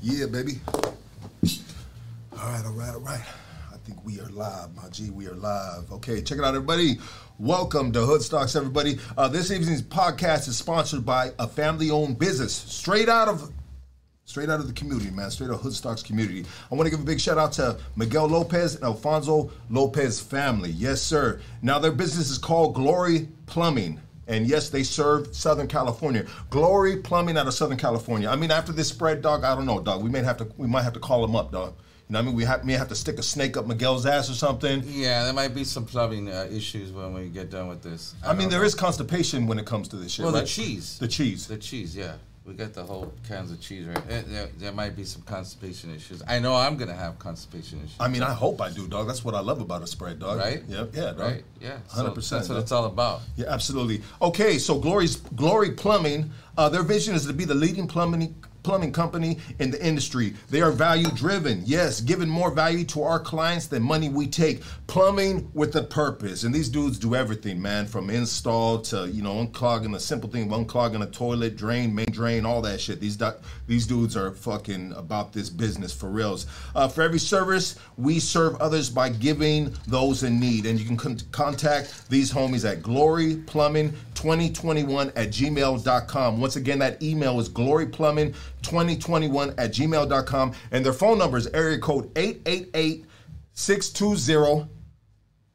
Yeah, baby. All right, all right, all right. I think we are live, my G. We are live. Okay, check it out, everybody. Welcome to Hoodstocks, everybody. Uh, this evening's podcast is sponsored by a family-owned business, straight out of straight out of the community, man, straight out of Hoodstocks community. I want to give a big shout out to Miguel Lopez and Alfonso Lopez family. Yes, sir. Now their business is called Glory Plumbing. And yes, they serve Southern California. Glory Plumbing out of Southern California. I mean, after this spread, dog, I don't know, dog. We may have to, we might have to call them up, dog. You know, what I mean, we have, may have to stick a snake up Miguel's ass or something. Yeah, there might be some plumbing uh, issues when we get done with this. I, mean, don't there know. is constipation when it comes to this shit. Well, the right? cheese. The cheese. the cheese. Yeah, we got the whole cans of cheese right. Eh, There, there might be some constipation issues. I know I'm gonna have constipation issues. I mean, I hope I do, dog. That's what I love about a spread, dog. Right? Yep. Yeah, dog. Right? Yeah. so 100%. That's what dog. it's all about. Yeah, absolutely. Okay, so Glory's Glory Plumbing, uh, their vision is to be the leading plumbing plumbing company in the industry. They are value driven. Yes, giving more value to our clients than money we take. Plumbing with a purpose. And these dudes do everything, man, from install to, you know, unclogging a simple thing, unclogging a toilet, drain, main drain, all that shit. These doc- these dudes are fucking about this business for reals. Uh, for every service, we serve others by giving those in need. And you can con- contact these homies at gloryplumbing2021 at gmail.com. Once again, that email is gloryplumbing2021 at gmail.com. And their phone number is area code 888 620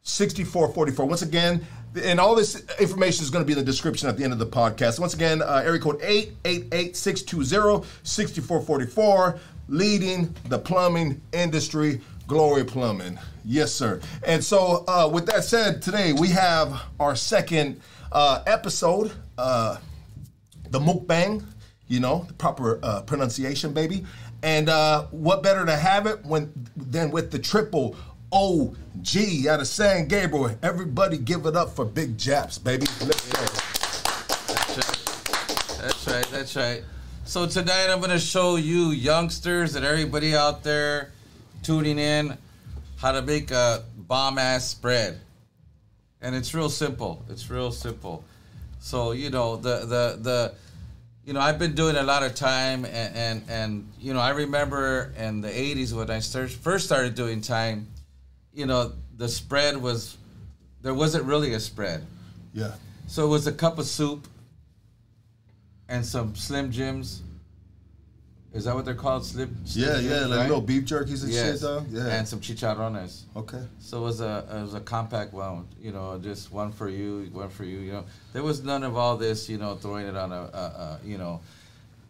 6444. Once again, and all this information is going to be in the description at the end of the podcast. Once again, uh, area code 888 620 6444, leading the plumbing industry, Glory Plumbing. Yes, sir. And so, uh, with that said, today we have our second uh, episode. Uh, the mukbang, you know, the proper uh, pronunciation, baby. And uh, what better to have it when than with the triple OG out of San Gabriel? Everybody, give it up for Big Japs, baby. Let's go. That's right. That's right. So tonight I'm gonna show you youngsters and everybody out there tuning in how to make a bomb ass spread. and it's real simple. It's real simple. So you know the the the, you know I've been doing a lot of time and and, and you know I remember in the '80s when I start, first started doing time, you know the spread was, there wasn't really a spread. Yeah. So it was a cup of soup. And some Slim Jims. Is that what they're called? Slim. Slim Yeah, Jims, yeah, like right? little beef jerkies and Yes. shit, though. Yeah. And some chicharrones. okay. So it was a it was a compact one, you know, just one for you, one for you. You know, there was none of all this, you know, throwing it on a, a, a you know,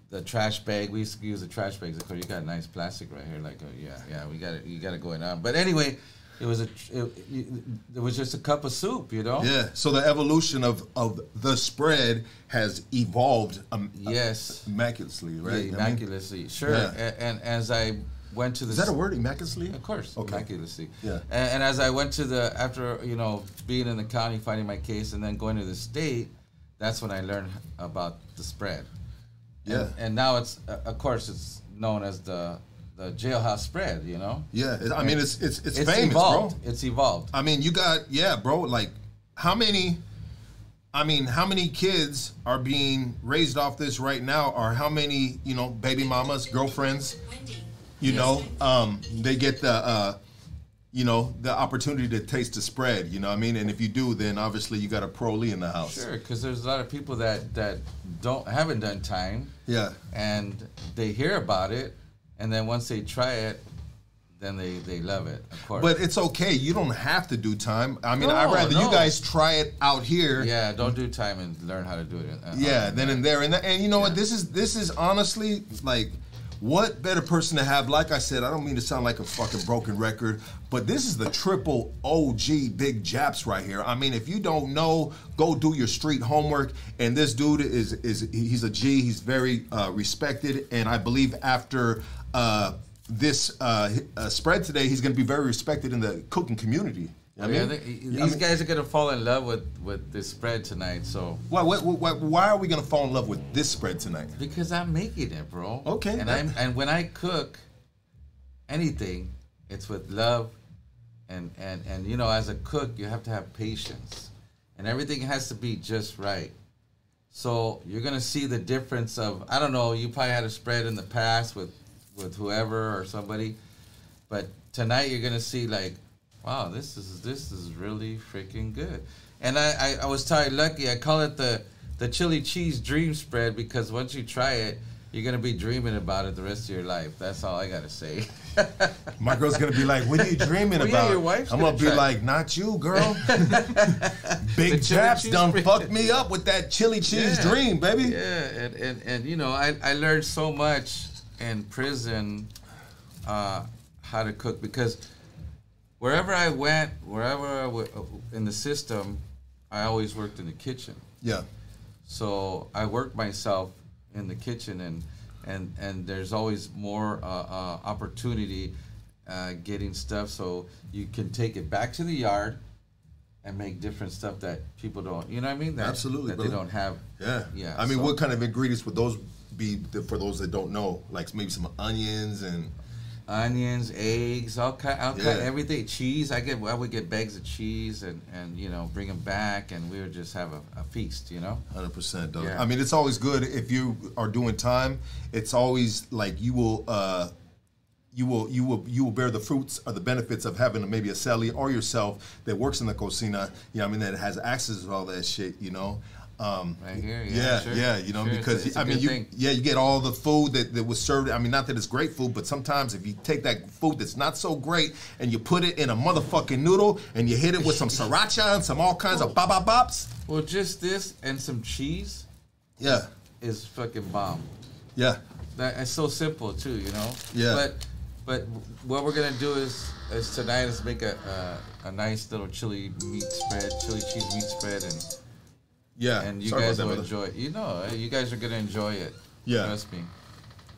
the trash bag. We used to use the trash bags. Of course, you got nice plastic right here. Like, oh, yeah, yeah, we got it. You got it going on. But anyway, it was a tr- it, it, it was just a cup of soup, you know. Yeah. So the evolution of of the spread has evolved um, Yes. immaculately, right? I mean, immaculately, sure. Yeah. A- And, as I went to the is that a word, immaculately? Of course, Okay. immaculately. Yeah. A- And, as I went to the after you know being in the county fighting my case and then going to the state, that's when I learned about the spread. Yeah. And, and now it's uh, of course it's known as the the jailhouse spread. You know. Yeah. I mean, it's it's it's, famous, bro. evolved. It's evolved. I mean, you got yeah, bro. Like, how many? I mean, how many kids are being raised off this right now? Or how many, you know, baby mamas, girlfriends, you know, um, they get the, uh, you know, the opportunity to taste the spread. You know what I mean? And if you do, then obviously you got a pro Lee in the house. Sure, because there's a lot of people that that don't haven't done time. Yeah. and they hear about it, and then once they try it, then they, they love it, of course. But it's okay. You don't have to do time. I mean, No, I'd rather you no. guys try it out here. yeah, don't do time and learn how to do it. uh, yeah uh, then and there and, that, and you know what this is this is honestly like what better person to have like i said i don't mean to sound like a fucking broken record but this is the triple og big japs right here i mean if you don't know go do your street homework and this dude is is he's a g he's very uh, respected and i believe after uh, this uh, hi- uh, spread today he's going to be very respected in the cooking community I mean, I think these I mean- guys are gonna fall in love with with this spread tonight. So why, why, why, why are we going to fall in love with this spread tonight because I'm making it, bro. Okay, And that- I'm and when I cook anything, it's with love, and and and you know, as a cook, you have to have patience, and everything has to be just right. So you're gonna see the difference of I don't know. You probably had a spread in the past with with whoever or somebody. But tonight you're gonna see like, wow, this is this is really freaking good. And I, I, I was telling Lucky, I call it the the chili cheese dream spread because once you try it, you're gonna be dreaming about it the rest of your life. That's all I gotta say. My girl's gonna be like, "What are you dreaming Well, yeah, about?" your wife's I'm gonna gonna be try. like, "Not you, girl." The Big chili Japs cheese done spread. fucked me up with that chili cheese Yeah. dream, baby. Yeah, and, and, and you know, I, I learned so much in prison uh, how to cook because wherever I went, wherever I w- uh, in the system, I always worked in the kitchen. Yeah. So I worked myself in the kitchen, and and and there's always more uh, uh, opportunity uh, getting stuff, so you can take it back to the yard and make different stuff that people don't. You know what I mean? That, Absolutely, that they brother. don't have. Yeah. yeah. I mean, so- what kind of ingredients would those be th- for those that don't know? Like maybe some onions and onions, eggs, all kind, all kind, Yeah. everything. Cheese. I get, I would get bags of cheese and and you know bring them back, and we would just have a, a feast. You know. 100% dog. Yeah. I mean, it's always good if you are doing time. It's always like you will uh you will you will you will bear the fruits or the benefits of having maybe a cellie or yourself that works in the cocina, you know, what I mean that has access to all that shit, you know. Um, Right here, yeah, yeah, sure, yeah, you know, sure, it's because a- it's a I mean, good you, thing. yeah, you get all the food that, that was served. I mean, not that it's great food, but sometimes if you take that food that's not so great and you put it in a motherfucking noodle and you hit it with some sriracha and some all kinds of bop bop bops, Well, just this and some cheese yeah, is fucking bomb. yeah, That it's so simple too, you know. Yeah. But but what we're gonna do is is tonight is make a a, a nice little chili meat spread, chili cheese meat spread, and yeah. and you Sorry about guys that, will brother. enjoy it. You know, eh, you guys are gonna enjoy it. Yeah. Trust me.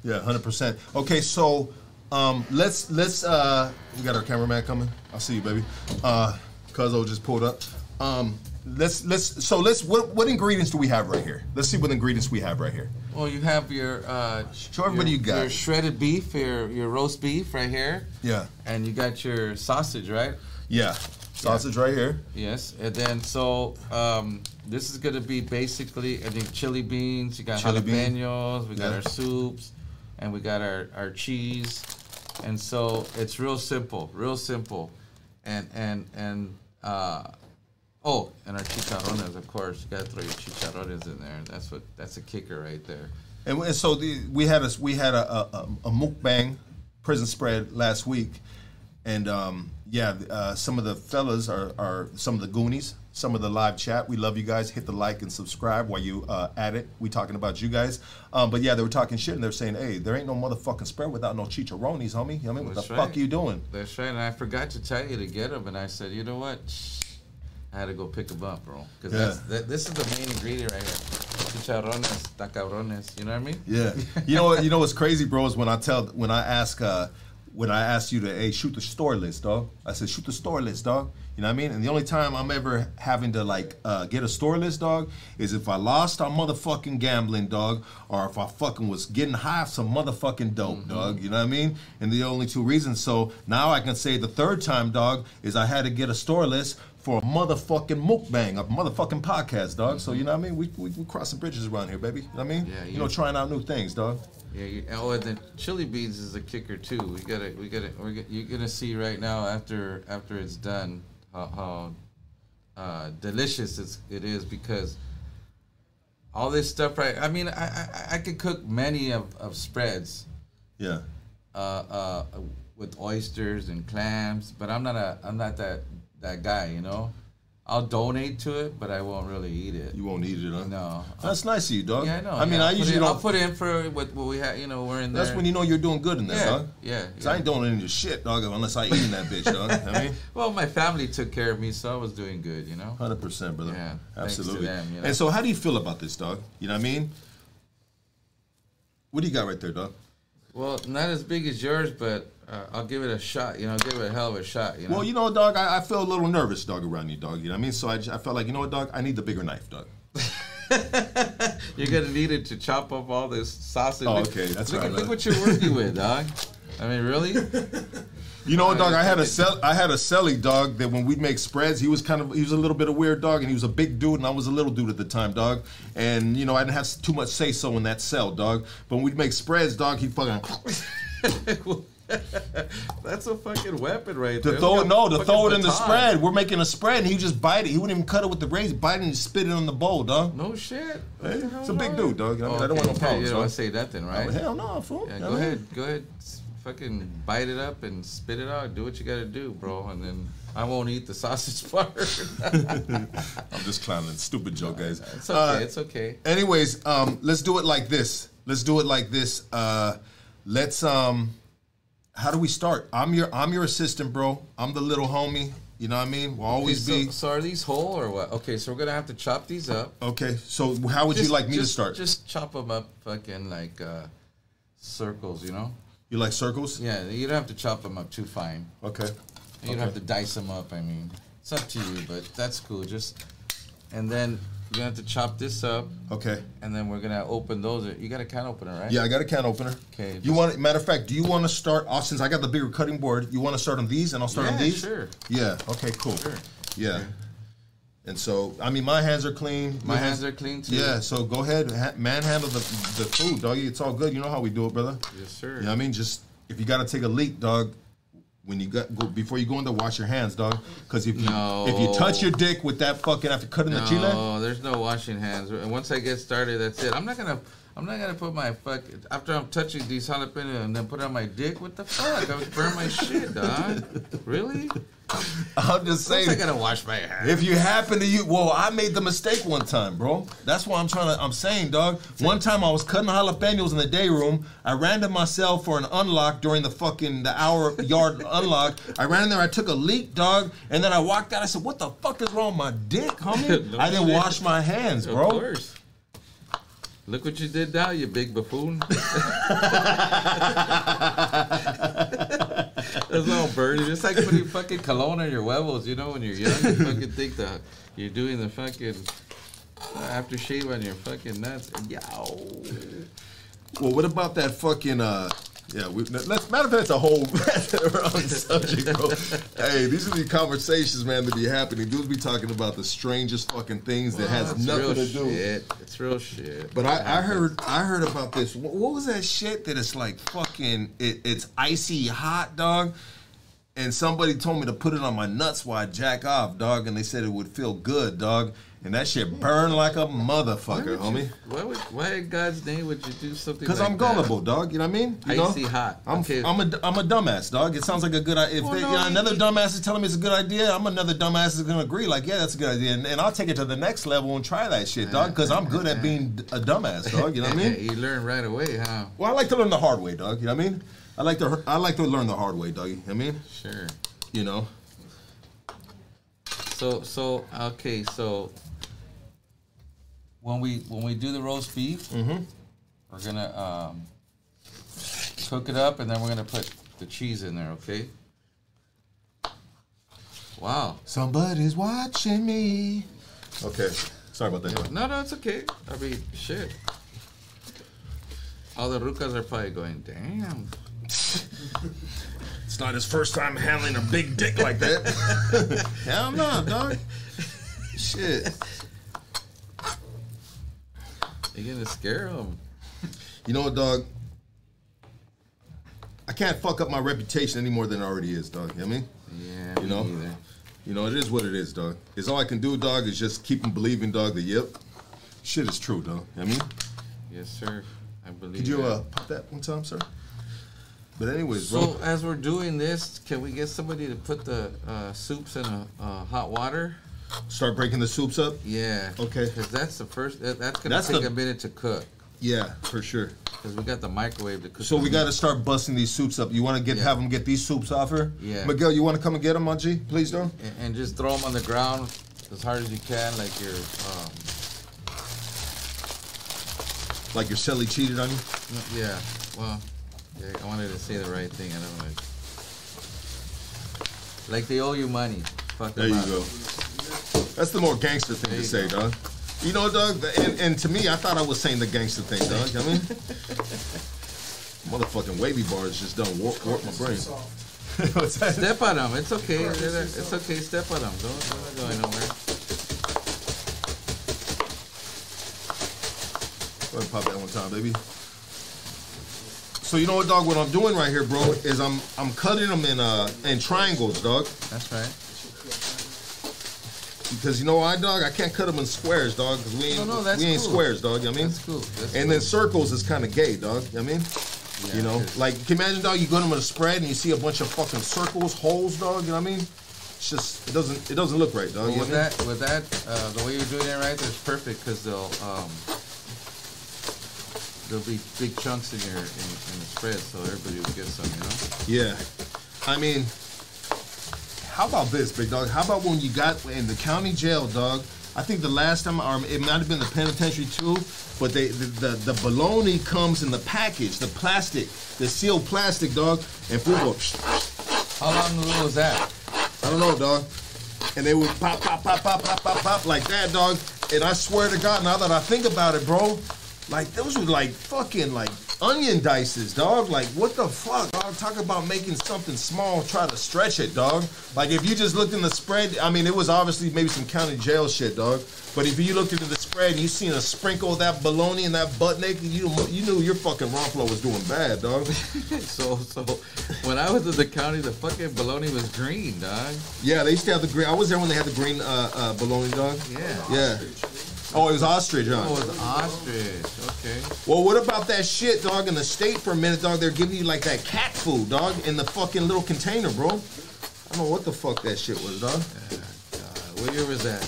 Yeah, hundred percent. Okay, so um, let's let's uh, we got our cameraman coming. I'll see you, baby. Uh, Cuzzo just pulled up. Um, let's let's so let's what what ingredients do we have right here? Let's see what ingredients we have right here. Well, you have your uh, Show everybody your, you got. your shredded beef, your your roast beef right here, Yeah, and you got your sausage, right? yeah, sausage right here. Yes, and then so um, this is gonna be basically I think chili beans. You got Chili bean. jalapenos. We got Yeah. our soups, and we got our our cheese, and so it's real simple, real simple, and and and uh, oh, and our chicharrones, of course. You gotta throw your chicharrones in there. That's what that's a kicker right there. And, and so the, we had a we had a, a, a mukbang prison spread last week, and um, yeah, uh, some of the fellas are, are some of the Goonies, some of the live chat. We love you guys. Hit the like and subscribe while you uh, at it. We talking about you guys, um, but yeah, they were talking shit and they're saying, hey, there ain't no motherfucking spread without no chicharrones, homie. You know what I mean, what That's the right. fuck you doing? That's right. And I forgot to tell you to get them, and I said, you know what? I had to go pick them up, bro. Because Yeah. that, this is the main ingredient right here. Chicharrones, tacabrones. You know what I mean? Yeah. You know what? You know what's crazy, bro? Is when I tell when I ask uh, when I ask you to hey shoot the store list, dog. I said shoot the store list, dog. You know what I mean? And the only time I'm ever having to like uh, get a store list, dog, is if I lost on motherfucking gambling, dog, or if I fucking was getting high off some motherfucking dope, dog. You know what I mean? And the only two reasons. So now I can say the third time, dog, is I had to get a store list for a motherfucking mukbang, a motherfucking podcast, dog. So you know what I mean? We we, we crossing bridges around here, baby. You know what I mean? Yeah, you you- know, trying out new things, dog. Yeah. You, oh, and the chili beans is a kicker too. We gotta, we gotta, we're gonna, you're gonna see right now after after it's done how, how uh, delicious it's, it is because all this stuff. Right. I mean, I I, I could cook many of, of spreads. Yeah, uh, uh, with oysters and clams, but I'm not a I'm not that that guy, you know. I'll donate to it, but I won't really eat it. you won't need it, huh? No. That's nice of you, dog. Yeah, I know. I mean, yeah, I I'll put usually in, don't. I'll put in for what, what we have. You know, we're in there. that's when you know you're doing good in there, Yeah, dog. yeah, 'Cause yeah. I ain't doing any shit, dog, unless I eat in that bitch, dog. I mean. well, my family took care of me, so I was doing good, you know. Hundred percent, brother. Yeah, thanks to absolutely. them, you know. And so, how do you feel about this, dog? You know what I mean? What do you got right there, dog? Well, not as big as yours, but uh, I'll give it a shot. You know, give it a hell of a shot. You know. Well, you know, dog, I, I feel a little nervous, dog, around you, dog. You know what I mean? So I, j- I felt like, you know what, dog, I need the bigger knife, dog. You're gonna need it to chop up all this sausage. Oh, Look- okay, that's look, right, Look man. what you're working with, dog. I mean, really. You know, what, dog. I had a Okay. sell. I had a celly dog that when we'd make spreads, he was kind of he was a little bit of weird dog, and he was a big dude, and I was a little dude at the time, dog. And you know, I didn't have too much say so in that cell, dog. But when we'd make spreads, dog, he fucking That's a fucking weapon right To there. throw it, Look at no, to fucking throw it in the baton. spread. We're making a spread, and he just bite it. He wouldn't even cut it with the razor, bite it and spit it on the bowl, dog. No shit. It's a big dude, dog. I, mean, Oh, I don't okay, want no okay, problems. You don't dog. want to say that then, right? Hell no, fool. Yeah, You know go what I mean? ahead, go ahead, s- fucking bite it up and spit it out. Do what you gotta do, bro, and then I won't eat the sausage part. I'm just clowning. Stupid joke, guys. it's Uh, okay, it's okay. anyways, um, let's do it like this. Let's do it like this. Uh, let's um, how do we start? I'm your I'm your assistant, bro. I'm the little homie. You know what I mean? We'll always So, be so are these whole or what? Okay, so we're gonna have to chop these up. okay. So how would you like me just- to start? Just chop them up, fucking like uh, circles, you know? you like circles? Yeah, you don't have to chop them up too fine. Okay. You don't have to dice them up. I mean, it's up to you, but that's cool. Just and then you're gonna have to chop this up, Okay. and then we're gonna open those. You got a can opener, right? Yeah, I got a can opener. Okay, You just- want? Matter of fact, do you want to start off since I got the bigger cutting board? You want to start on these, and I'll start on Yeah, these. sure. Yeah. Okay. Cool. Sure. Yeah. And so, I mean, my hands are clean. My Your hands are clean too. Yeah, so go ahead, ha- manhandle the, the food, doggy. It's all good. You know how we do it, brother. Yes, sir. You know what I mean? Just if you gotta take a leak, dog, when you got go, before you go in there, wash your hands, dog. Because if you No. if you touch your dick with that fucking after cutting the chile, No, there's no washing hands. And Once I get started, that's it. I'm not gonna. I'm not gonna put my fuck after I'm touching these jalapenos and then put it on my dick. What the fuck? I would burn my shit, dog. Really? I'm just Of course I saying. gotta wash my hands. If you happen to you, well, I made the mistake one time, bro. That's why I'm trying to. I'm saying, dog. One time I was cutting jalapenos in the day room. I ran to myself for an unlock during the fucking the hour yard unlock. I ran in there. I took a leak, dog, and then I walked out. I said, "What the fuck is wrong with my dick, homie? No I didn't shit. wash my hands, Of bro. course. Look what you did now, you big buffoon. That's all burning. It's like putting fucking cologne on your huevos, you know, when you're young. You fucking think that you're doing the fucking aftershave on your fucking nuts. Yow. Well, what about that fucking? uh yeah, we, let's matter of fact, it's a whole wrong subject, bro. hey, these are the conversations, man, that be happening. Dudes be talking about the strangest fucking things that has It's nothing real to do. shit. It's real shit. But I, I heard I heard about this. What, what was that shit that it's like fucking it, it's icy hot, dog? And somebody told me to put it on my nuts while I jack off, dog, and they said it would feel good, dog. And that shit burned like a motherfucker, Why would homie. you- Why, would, why in God's name would you do something? Cause like I'm that? gullible, dog. You know what I mean? You Icy know? hot. I'm Okay. I'm a I'm a dumbass, dog. It sounds like a good idea. If Well, they, no, you know, you- another dumbass is telling me it's a good idea, I'm another dumbass is gonna agree. Like, yeah, that's a good idea, and, and I'll take it to the next level and try that shit, dog. Cause I'm good at being a dumbass, dog. You know what I mean? you learn right away, huh? Well, I like to learn the hard way, Doug. You know what I mean? I like to I like to learn the hard way, Doug. You know what I mean? Sure. You know? So so okay so when we when we do the roast beef, we're gonna um, cook it up and then we're gonna put the cheese in there. Okay. Wow. Somebody's watching me. Okay. Sorry about that. Doug. No no it's okay. I mean shit. All the rucas are probably going. Damn. It's not his first time handling a big dick like that. Hell no, dog. Shit. You're gonna scare them. You know what, dog? I can't fuck up my reputation any more than it already is, dog. You know what I mean? Yeah. You me know? neither. You know, it is what it is, dog. It's all I can do, dog, is just keep on believing, dog, that yep. Shit is true, dog. You know what I mean? Yes sir. I believe. Could you that. uh, pop that one time, sir? But anyways, bro. So as we're doing this, can we get somebody to put the uh, soups in a uh, hot water? Start breaking the soups up. Yeah. Okay. Because that's the first. That, that's gonna That's take the- a minute to cook. Yeah, for sure. Because we got the microwave to cook. So the we meat. got to start busting these soups up. You want to get Yeah. have them get these soups off here? Yeah. Miguel, you want to come and get them, my G? Please, dog. And, and just throw them on the ground as hard as you can, like you're. Um, Like your celly cheated on you. no- yeah. Well, yeah, I wanted to say the right thing. I don't want to. Like they owe you money. Fuck There them you up. go. That's the more gangster thing There to you say, go. dog. You know, dog. the- And, and to me, I thought I was saying the gangster thing, dog. You know what I mean, motherfucking wavy bars just done warp, warp my brain. What's that? Step on them. It's okay. It's okay. Step on them. Don't, don't go nowhere. Go ahead and pop that one time, baby. So you know what, dog? What I'm doing right here, bro, is I'm I'm cutting them in uh in triangles, dog. That's right. Because you know why, dog? I can't cut them in squares, dog. Because we ain't No, no, that's we ain't cool. squares, dog. You know what I mean? That's cool. That's and then circles is kind of gay, dog. You know what I mean? Yeah, you know, it is. like can you imagine, dog. You go to a spread and you see a bunch of fucking circles, holes, dog. You know what I mean? It's just it doesn't it doesn't look right, dog. But you know what with I mean? that, with that, uh, the way you're doing it right, that's perfect because they'll um, there'll be big chunks in your in, in the spread, so everybody will get some. You know, Yeah. I mean, how about this, big dog? How about when you got in the county jail, dog? I think the last time, or it might have been the penitentiary too, but they, the, the the bologna comes in the package, the plastic, the sealed plastic, dog, and football. how long ago was that? I don't know, dog. And they would pop, pop, pop, pop, pop, pop, pop like that, dog. And I swear to God, now that I think about it, bro, like those were like fucking like onion dices, dog. Like what the fuck, dog? Talk about making something small, try to stretch it, dog. Like if you just looked in the spread, I mean, it was obviously maybe some county jail shit, dog. But if you looked into the spread and you seen a sprinkle of that baloney and that butt naked, you you knew your fucking Ronflo was doing bad, dog. so so when I was in the county, the fucking bologna was green, dog. Yeah, they used to have the green. I was there when they had the green uh, uh, bologna, dog. Yeah. Yeah. Oh, it was ostrich, Oh, huh? it was ostrich. Okay. Uh, Well, what about that shit, dog? In the state for a minute, dog, they're giving you like that cat food, dog, in the fucking little container, bro. I don't know what the fuck that shit was, dog. God, what year was that?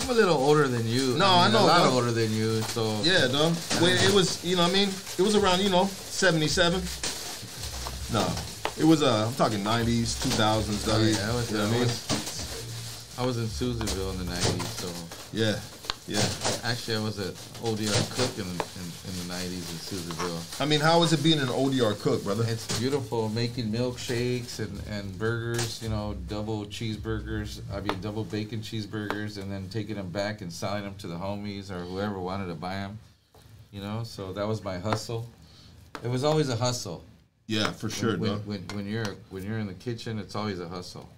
I'm a little older than you. No, I mean, know, A lot dog. older than you, so Yeah, dog. Well, it was, you know what I mean? It was around, you know, 77. No. It was, uh, I'm talking 90s, 2000s, dog. Oh, yeah, I was, you know I, what I mean? was, I was in Susanville in the 90s, so. Yeah. Yeah. Actually, I was an ODR cook in, in, in the 90s in Susanville. I mean, how is it being an ODR cook, brother? It's beautiful making milkshakes and, and burgers, you know, double cheeseburgers, I mean, double bacon cheeseburgers, and then taking them back and selling them to the homies or whoever wanted to buy them, you know? So that was my hustle. It was always a hustle. Yeah, for sure, when, dog. when, when you're when you're in the kitchen, it's always a hustle.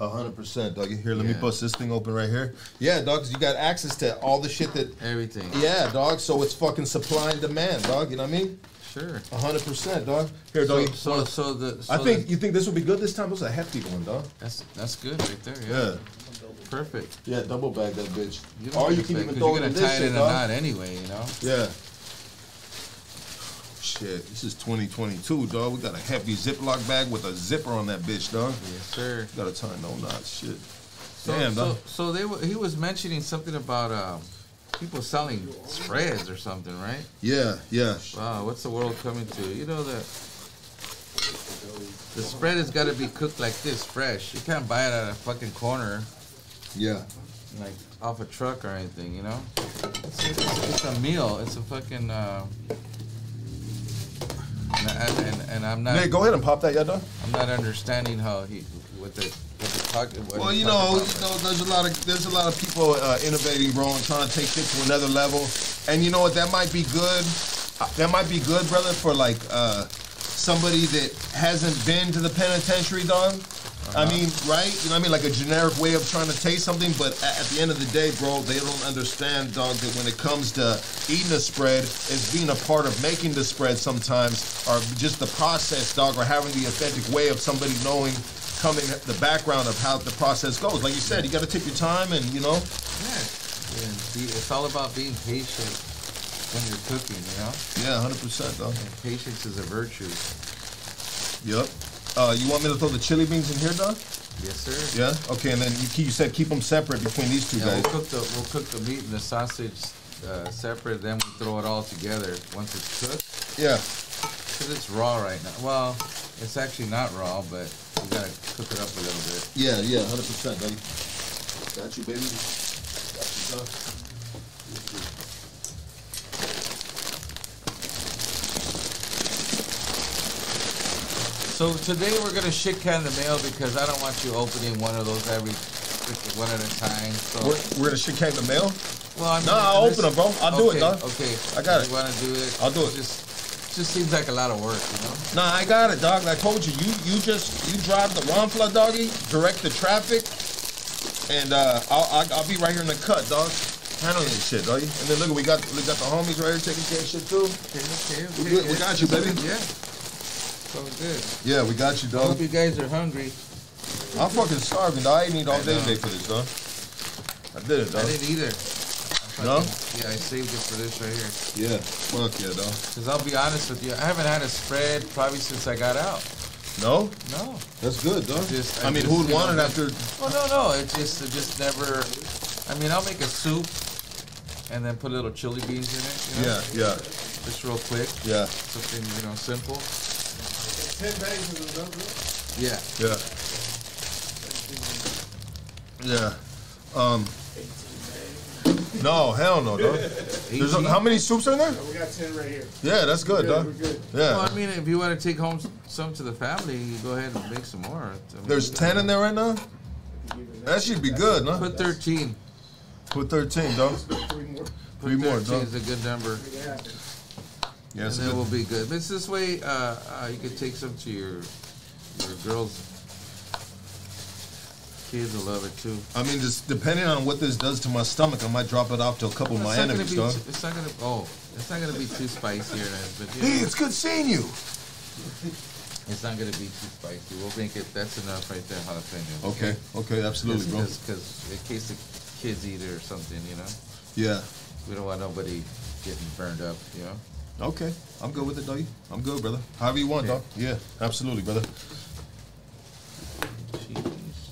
A hundred percent, Doug. Here, let me Yeah. bust this thing open right here. Yeah, dog, 'cause you got access to all the shit that. Everything. Yeah, dog. So it's fucking supply and demand, dog. You know what I mean? Sure. A hundred percent, dog. Here, So, dog. so, so the so I think the- you think this will be good this time. This is a hefty one, dog. that's that's good right there. Yeah. Yeah, Perfect. yeah. Double bag that bitch. You don't or need you to can say, even 'cause throw you're it in gonna this tie shit, it in a dog. knot anyway, you know. Yeah. Shit, this is 2022, dog. We got a hefty Ziploc bag with a zipper on that bitch, dog. Yes, sir. Got a tie no knot, shit. So, Damn, so, dog. so they were, he was mentioning something about um, people selling spreads or something, right? Yeah, yeah. Wow, what's the world coming to? You know that the spread has got to be cooked like this, fresh. You can't buy it at a fucking corner, Yeah. like off a truck or anything. You know, it's, it's, it's a meal. It's a fucking. Uh, and, I- and, and I'm not. Nate, go ahead and pop that, yeah, dog. I'm not understanding how he what the what the talk. What Well, he's you know, talking you about. know, there's a lot of there's a lot of people uh, innovating, bro, and trying to take shit to another level. And you know what? That might be good. Uh, That might be good, brother, for like uh, somebody that hasn't been to the penitentiary, dog. I Uh-huh. mean, right? You know what I mean? Like a generic way of trying to taste something, but at, at the end of the day, bro, they don't understand, dog, that when it comes to eating a spread, it's being a part of making the spread sometimes, or just the process, dog, or having the authentic way of somebody knowing coming the background of how the process goes. Like you said, you got to take your time and you know. Yeah, and be, it's all about being patient when you're cooking. You know, Yeah, hundred percent though. and patience is a virtue. Yep. Uh, you want me to throw the chili beans in here, dog? Yes, sir. Yeah. Okay, and then you, keep- you said keep them separate between these two Yeah, guys. we'll cook the we'll cook the meat and the sausage uh, separate. Then we throw it all together once it's cooked. Yeah. Cause it's raw right now. Well, it's actually not raw, but we gotta cook it up a little bit. Yeah. Yeah. Hundred percent, buddy. Got you, baby. Got you, dog. So today we're gonna shit can the mail because I don't want you opening one of those every just one at a time. So We're, we're gonna shit can the mail. Well, I mean, No, I'll unless- open 'em, bro. I'll do it, Okay, dog. Okay, I got You it. want to do it? I'll do it. Just, just seems like a lot of work, you know. Nah, I got it, dog. I told you, you you just you drive the Ronfla doggy, direct the traffic, and uh, I'll, I'll I'll be right here in the cut, dog. handling this shit, doggy. And then look, we got we got the homies right here taking care of shit too. Okay, okay, We good, we got you, baby. Yeah. So good. Yeah, we got you, I hope dog. you guys are hungry. I'm fucking starving. Dog. I ain't eat all I day know. today for this, dog. I did it, I dog. didn't either. I No? fucking- Yeah, I saved it for this right here. Yeah, fuck yeah, dog. Because I'll be honest with you, I haven't had a spread probably since I got out. No, No. that's good, dog. Just- I I mean, just, who'd you want it know, after? Well, no, no. It just, it just never. I mean, I'll make a soup and then put little chili beans in it. You know? Yeah, yeah, Just real quick. yeah, Something, you know, simple. Ten days is enough. bro. Yeah. yeah, yeah. Um, no, hell no, dog. There's a, how many soups are in there? We got ten right here. Yeah, that's good, Good, dog. we're good. Yeah, Well, I mean, if you want to take home s- some to the family, you go ahead and make some more. I mean, there's ten in there right now. That should be good, no? Put 13. Put thirteen, dog. Three more. Put Three more, 13 dog. is a good number. Yeah. Yeah, And it's a then good. we'll be good. But it's this way, uh, uh, you could take some to your your girls. Kids will love it too. I mean, just depending on what this does to my stomach, I might drop it off to a couple of my it's not gonna enemies, be dog. too- it's not gonna. Oh, it's not gonna be too spicy or anything. But Hey, yeah, it's good seeing you. it's not gonna be too spicy. We'll make it. That's enough right there, jalapeno. Okay, okay, absolutely, bro. Because in case the kids eat it or something, you know, Yeah. we don't want nobody getting burned up. You know. Okay, I'm good with it, doggy. I'm good, brother. However you want, Yeah. dog. Yeah, absolutely, brother. Cheese,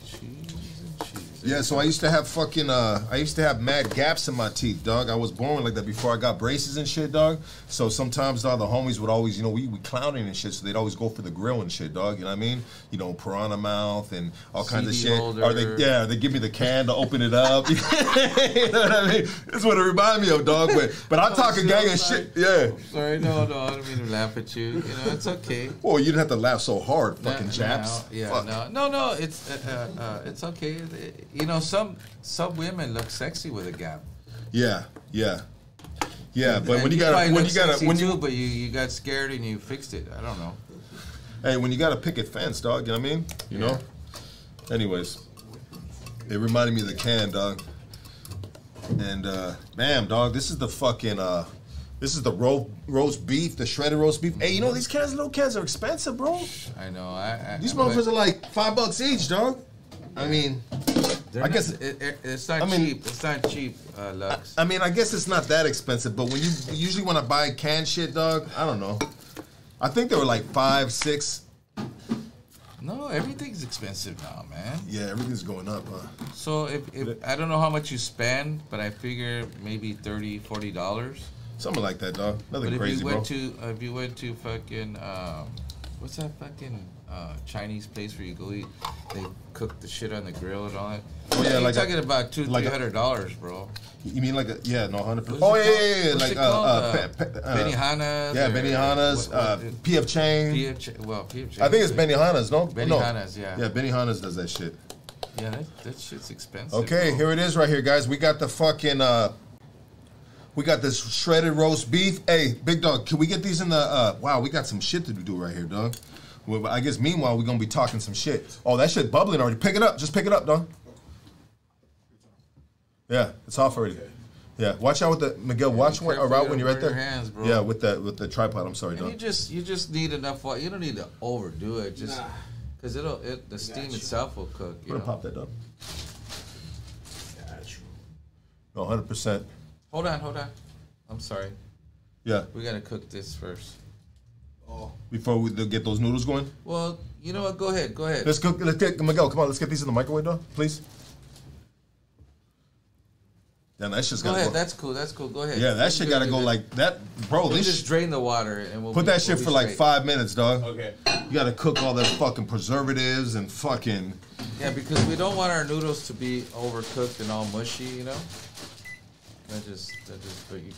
cheese, and cheese. Yeah, so I used to have fucking, uh, I used to have mad gaps in my teeth, dog. I was born like that before I got braces and shit, dog. So sometimes, dog, the homies would always, you know, we, we clowning and shit, so they'd always go for the grill and shit, dog. You know what I mean? You know, piranha mouth and all kinds of CD shit. Or holder. they, yeah, they give me the can to open it up. you know what I mean? That's what it remind me of, dog. But, but I talk a Oh, shit, gang of like- shit, yeah. Sorry, no, no, I don't mean to laugh at you. You know, it's okay. Well, you didn't have to laugh so hard, No, fucking no, Japs. yeah, Fuck. no, no, no. It's uh, uh, uh, it's okay. It- You know, some some women look sexy with a gap. Yeah, yeah, yeah. But when And you got probably to when look you got sexy to when you too, but you you got scared and you fixed it. I don't know. hey when you got a picket fence, dog. You know what I mean? You Yeah. know. Anyways, it reminded me of the can, dog. And uh, bam, dog. This is the fucking uh, this is the ro- roast beef, the shredded roast beef. Hey, you know these cans, little cans are expensive, bro. I know. I, I These but motherfuckers are like five bucks each, dog. I mean, they're I guess- not, it, it- it's not I mean- cheap. It's not cheap, uh, Lux. I mean, I guess it's not that expensive, but when you usually when I buy canned shit, dog, I don't know. I think they were like five, six. no, everything's expensive now, man. Yeah, everything's going up, huh? So if, if I don't know how much you spend, but I figure maybe 30 dollars. Something like that, dog. Nothing But if crazy, you went bro. to if you went to fucking um, what's that fucking uh, Chinese place where you go eat? They cook the shit on the grill and all that. Oh, yeah, You're like a- talking about two like a- three hundred dollars, bro. you mean like a yeah, no, hundred percent. Oh What's it yeah, called? yeah, yeah, What's like it uh, called? uh, pe- pe- uh, Benihana's. yeah, or- Benihana's, what- what- uh, PF Chang. PF Ch- well, PF Chang. I think it's Benihana's, no? no? Benihana's, yeah. Yeah, Benihana's does that shit. Yeah, that, that shit's expensive. Okay, bro. here it is right here, guys. We got the fucking uh we got this shredded roast beef. Hey, big dog, can we get these in the uh wow, we got some shit to do right here, dog. Well, but I guess meanwhile we're gonna be talking some shit. Oh, that shit bubbling already. Pick it up, just pick it up, dog. Yeah, it's off already. Yeah, watch out with the Miguel. Watch be when, careful around you when you're don't right there. burn your hands, bro. Yeah, with the with the tripod. I'm sorry, And you dog. just you just need enough water. You don't need to overdo it. Just Nah. because it'll it, the steam Gotcha. itself will cook. You We're gonna know? pop that up. Got you. No, 100. percent Hold on, hold on. I'm sorry. Yeah, We gotta cook this first. Oh, before we get those noodles going. Well, you know what? Go ahead. Go ahead. Let's go. Let's get Miguel. Come on, let's get these in the microwave, though, please. Damn, that shit's go gotta ahead. go. That's cool. That's cool. Go ahead. yeah, that You shit do- gotta you go do- like that, bro. You This just shit, drain the water and we'll put be- that shit we'll for be like straight. five minutes, dog. okay. You gotta cook all the fucking preservatives and fucking. Yeah, because we don't want our noodles to be overcooked and all mushy. You know. That just that just but you.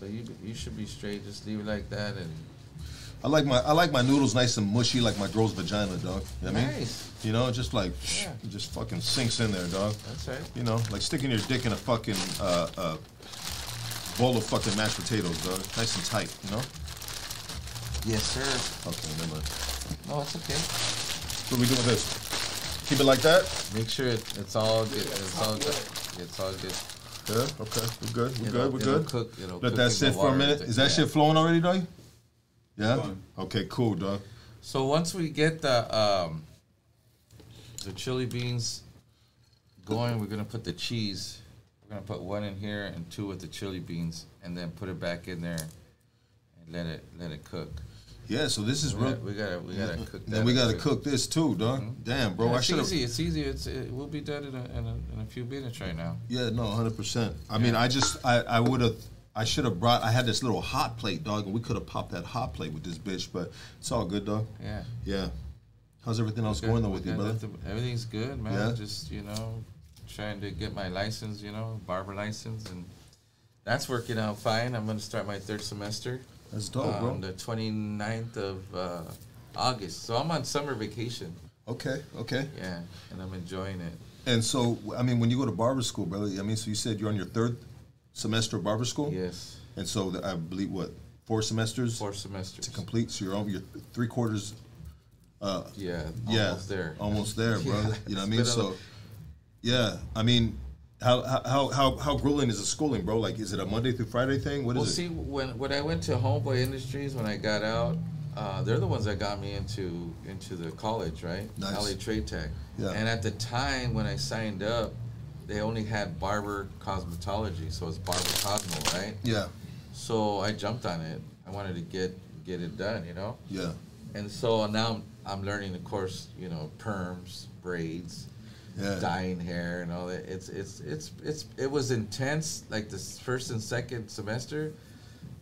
But you you should be straight. Just leave it like that and I like my I like my noodles nice and mushy, like my girl's vagina, dog. You know what I mean, Nice. you know, just like Yeah. it just fucking sinks in there, dog. that's right. You know, like sticking your dick in a fucking uh, uh, bowl of fucking mashed potatoes, dog. Nice and tight, you know. Yes, sir. Okay, never mind. No, it's okay. What we doing with this? Keep it like that. Make sure it, it's all good. It's all good. It's all good. Yeah. Okay. We're good. We're It'll- good. We're it'll good. cook- it'll Let cook in that the sit for a water. minute. Is that Yeah. shit flowing already, dog? Yeah. Flowing. Okay. Cool, dog. So once we get the um, the chili beans going, we're gonna put the cheese. We're gonna put one in here and two with the chili beans, and then put it back in there and let it let it cook. Yeah. So this is We real. gotta we gotta, we gotta cook. that Then we up gotta too. Hmm? cook this too, dog. Damn, bro. I it's should have. easy. It's easy. It's it, we'll be done in a, in a, in a few minutes right now. Yeah, no, hundred percent. I mean, I just, I, I would have, I should have brought. I had this little hot plate, dog, and we could have popped that hot plate with this bitch, but it's all good, dog. Yeah. Yeah. How's everything else going though with you, Yeah, brother? nothing- Everything's good, man. Yeah? Just you know, trying to get my license, you know, barber license, and that's working out fine. I'm gonna start my third semester That's dope, Oh, bro. on the 29th of uh, August. So I'm on summer vacation. okay, okay. Yeah, and I'm enjoying it. And so, I mean, when you go to barber school, brother, I mean, so you said you're on your third semester of barber school. Yes, And so, the, I believe what four semesters four semesters. to complete. So you're over your three quarters. yeah, yeah, almost there. Almost there, Yeah, brother. you know what I it's mean? been a- So, yeah, I mean, how how- how how how grueling is the schooling, bro? Like, is it a Monday through Friday thing? What is Well, it? see, when when I went to Homeboy Industries, when I got out, uh, they're the ones that got me into into the college, right? Nice. LA Trade Tech. Yeah. And at the time when I signed up, they only had barber cosmetology, so it's barber cosmo, right? yeah, So I jumped on it. I wanted to get get it done, you know. yeah, And so now I'm, I'm learning the course, you know, perms, braids, yeah. dyeing hair and all that. It's it's it's it's it was intense, like the s- first and second semester,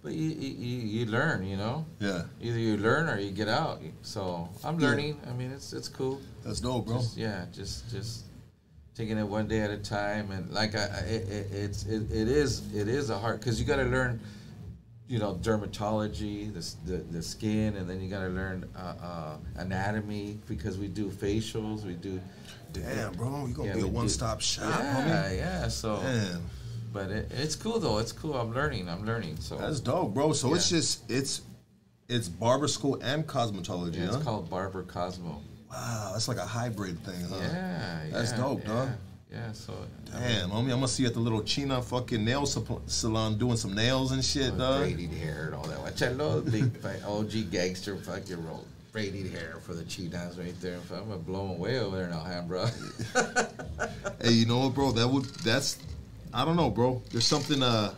but you you, you you learn, you know. Yeah, Either you learn or you get out. So I'm Yeah. learning. I mean, it's it's cool. that's dope, bro. Just, yeah, just just taking it one day at a time, and like I, I it, it, it's it, it is it is a hard because you got to learn, you know, dermatology, the s- the, the skin, and then you got to learn uh, uh, anatomy because we do facials, we do. Damn, bro, you gonna Yeah, be a we do. one stop shop, Yeah, yeah. So, homie. Damn, but it, it's cool though. It's cool. I'm learning. I'm learning. So that's dope, bro. So it's Yeah. just it's it's barber school and cosmetology. yeah, it's huh? called Barber Cosmo. wow, Ah, that's like a hybrid thing, huh? yeah, That's yeah, dope, yeah, dog. Yeah. So Damn, homie, I'm gonna see you at the little China fucking nail supp- salon doing some nails and shit, Oh, dog. braided hair and all that. Which I love the fi- OG gangster fucking roll. Braided hair for the Chinas right there. I'm gonna blow 'em away over there in Alhambra. Hey, you know what, bro? That would that's I don't know, bro. There's something uh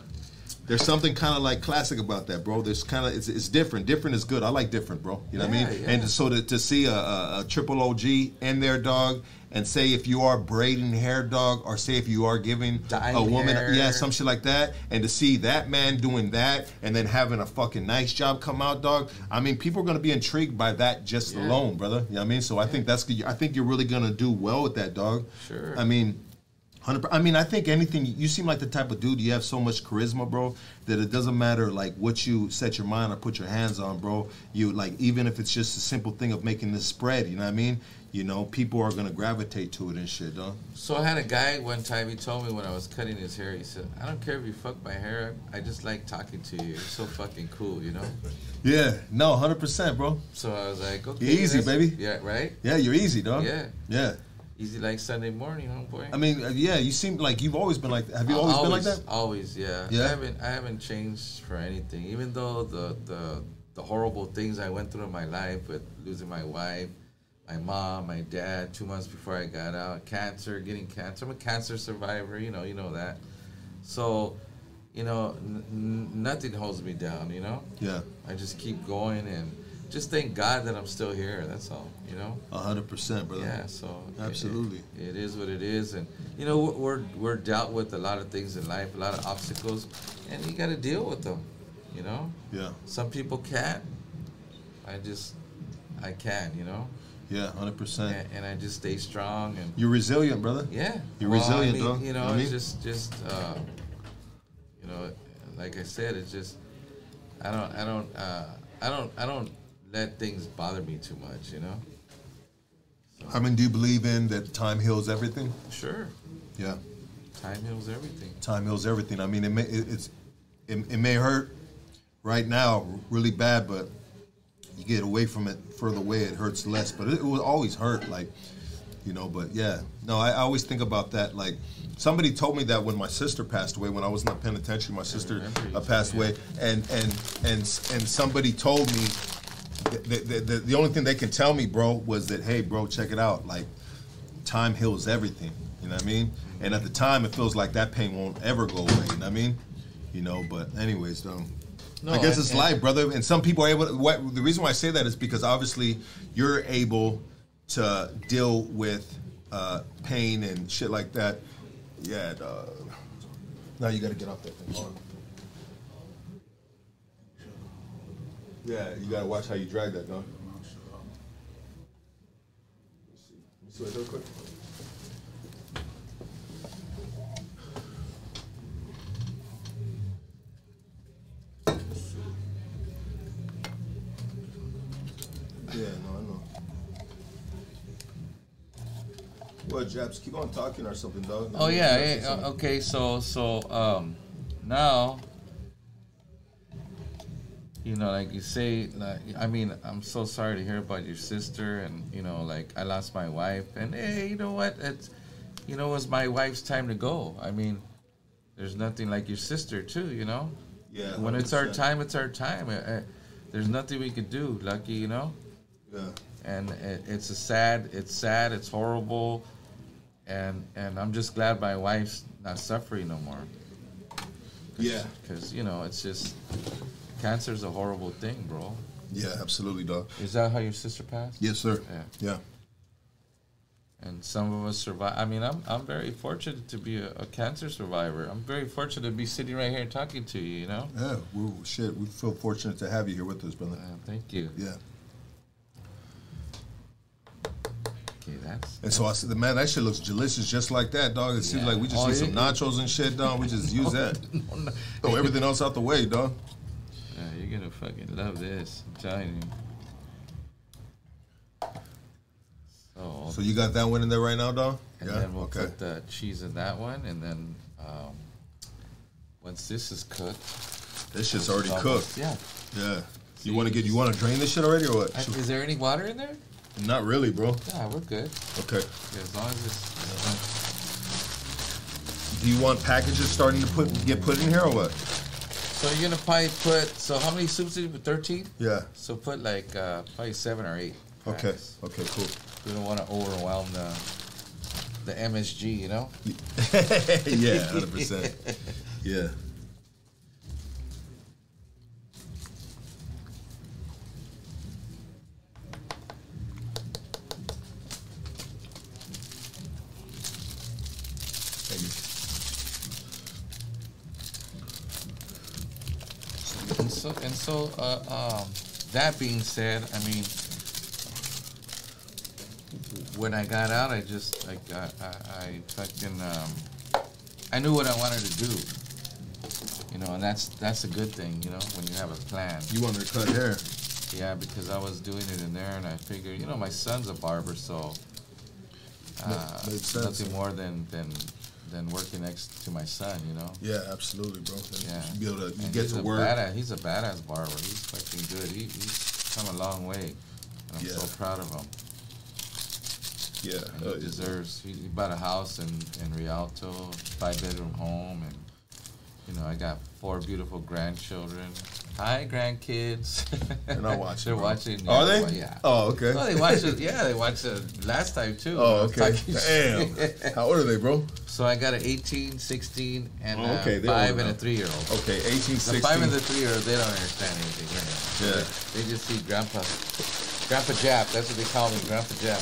there's something kind of like classic about that, bro. There's kind of it's, it's different. Different is good. I like different, bro. You know what I Yeah, mean? yeah. And so to, to see a, a, a triple OG in there, dog, and say if you are braiding hair, dog, or say if you are giving Dyed a woman, hair. yeah, some shit like that, and to see that man doing that, and then having a fucking nice job come out, dog. I mean, people are gonna be intrigued by that just Yeah. alone, brother. You know what I mean? So I think that's good. I think you're really gonna do well with that, dog. Sure. I mean, hundred. I mean, I think anything. You seem like the type of dude. You have so much charisma, bro, that it doesn't matter like what you set your mind or put your hands on, bro. You like even if it's just a simple thing of making this spread. You know what I mean? You know, people are gonna gravitate to it and shit, dog. so I had a guy one time. He told me when I was cutting his hair. He said, "I don't care if you fuck my hair. I just like talking to you. You're so fucking cool, you know." Yeah, no, hundred percent, bro. So I was like, "Okay, Easy, that's- baby. Yeah, right. Yeah, you're easy, dog. Yeah, yeah. easy like Sunday morning, homeboy." I mean, uh, yeah, you seem like you've always been like. Have you always, been like that? Always, yeah. Yeah? I haven't I haven't changed for anything. Even though the the the horrible things I went through in my life with losing my wife, my mom, my dad, two months before I got out, cancer, getting cancer. I'm a cancer survivor, you know, you know that. So, you know, n- n- nothing holds me down, you know? Yeah, I just keep going and just thank God that I'm still here. That's all, you know? hundred percent, brother. Yeah, so it- Absolutely. it- it is what it is, and you know we're- we're we're dealt with a lot of things in life, a lot of obstacles, and you got to deal with them. You know, yeah. some people can't. I just I can, you know, Yeah, hundred percent. and, and I just stay strong and You're resilient, brother. yeah. You're Well, resilient, I mean, though. You know, I mean- it's just just uh, you know, like I said, it's just I don't I don't uh, I don't I don't let things bother me too much. You know, I mean, do you believe in that time heals everything? sure, Yeah, time heals everything. time heals everything. I mean, it may it, it's it, it may hurt right now really bad, but you get away from it further away, it hurts less. But it, it will always hurt. Like you know. But yeah, no, I, I always think about that. Like somebody told me that when my sister passed away, when I was in the penitentiary, my sister remember you uh, passed away, and and and and somebody told me the, the, the, the only thing they can tell me, bro, was that hey, bro, check it out. Like time heals everything. You know what I mean? And at the time, it feels like that pain won't ever go away. You know what I mean? You know. But anyways, though. No, I guess and- it's and- life, brother. And some people are able. To, what, the reason why I say that is because obviously you're able to deal with uh, pain and shit like that. Yeah. Dog. Now you got to get off that thing. Hold on. Yeah, you gotta watch how you drag that, dog. See it real quick. Yeah, no, I know. Well, Japs, keep on talking or something, dog. Oh yeah, yeah. uh, Okay, so so um, now, you know, like you say, like I mean, I'm so sorry to hear about your sister, and you know, like I lost my wife, and hey, you know what? It's, you know, it was my wife's time to go. I mean, there's nothing like your sister too, you know. Yeah, When it's our 100%. time, it's our time. Uh, uh, there's nothing we could do, Lucky, you know Yeah. and it, it's a sad it's sad it's horrible and and i'm just glad my wife's not suffering no more Yeah. because you know it's just cancer's a horrible thing bro Yeah, absolutely, dog. is that how your sister passed Yes, sir. Yeah. Yeah. and some of us survive i mean i'm i'm very fortunate to be a, a cancer survivor i'm very fortunate to be sitting right here talking to you you know Yeah. we shit, we feel fortunate to have you here with us, brother. uh, thank you Yeah. okay that's And so I said, man, that shit looks delicious just like that, dog. It seems Yeah. like we just Oh, need some yeah. Oh, nachos and shit, dog. We just use that. Throw everything else out the way, dog. Yeah, uh, you're gonna fucking love this. I'm telling you. So, So you got that one in there right now, dog? and then we'll put the cheese in that one, and then um, once this is cooked, This shit's already it's almost- cooked. Yeah. Yeah. You want to get? You want to drain this shit already or what? I- Is there any water in there? Not really, bro. Yeah, we're good. Okay. Yeah, as long as it's. Do you want packages starting to put get put in here or what? So you're gonna probably put. So how many soups did you put? Thirteen. Yeah. So put like uh, probably seven or eight. Okay. packs. Okay. Cool. We don't want to overwhelm the the MSG, you know. yeah. Hundred percent. Yeah. Thank you. And so, and so uh, um, that being said, I mean, when I got out, I just, I, got, I, I fucking, um, I knew what I wanted to do. You know, and that's that's a good thing, you know, when you have a plan. You wanted to cut hair. Yeah, because I was doing it in there, and I figured, you know, my son's a barber, so uh, Ma- makes sense. nothing more than than than working next to my son, you know. Yeah, absolutely, bro. And Yeah. You be able to you And get he's to a work. Badass, he's a badass barber. He's fucking good. He, he's come a long way. And I'm Yeah. so proud of him. Yeah. And hell he yeah. deserves. He, he bought a house in, in Rialto, five bedroom home, and you know I got four beautiful grandchildren. Hi, grandkids. They're not watching. They're bro. watching. Are yeah, they? Yeah. Oh, okay. No, they watched it. Yeah, they watched it last time too. Oh, I was okay. talking shit. Damn. How old are they, bro? So I got an 18, 16, and Oh, a okay, they're five old and a enough. three-year-old. Okay, 18, The 16. five and the three are they don't understand anything. Anyway. Yeah. They, they just see Grandpa, Grandpa Jap. That's what they call me, Grandpa Jap.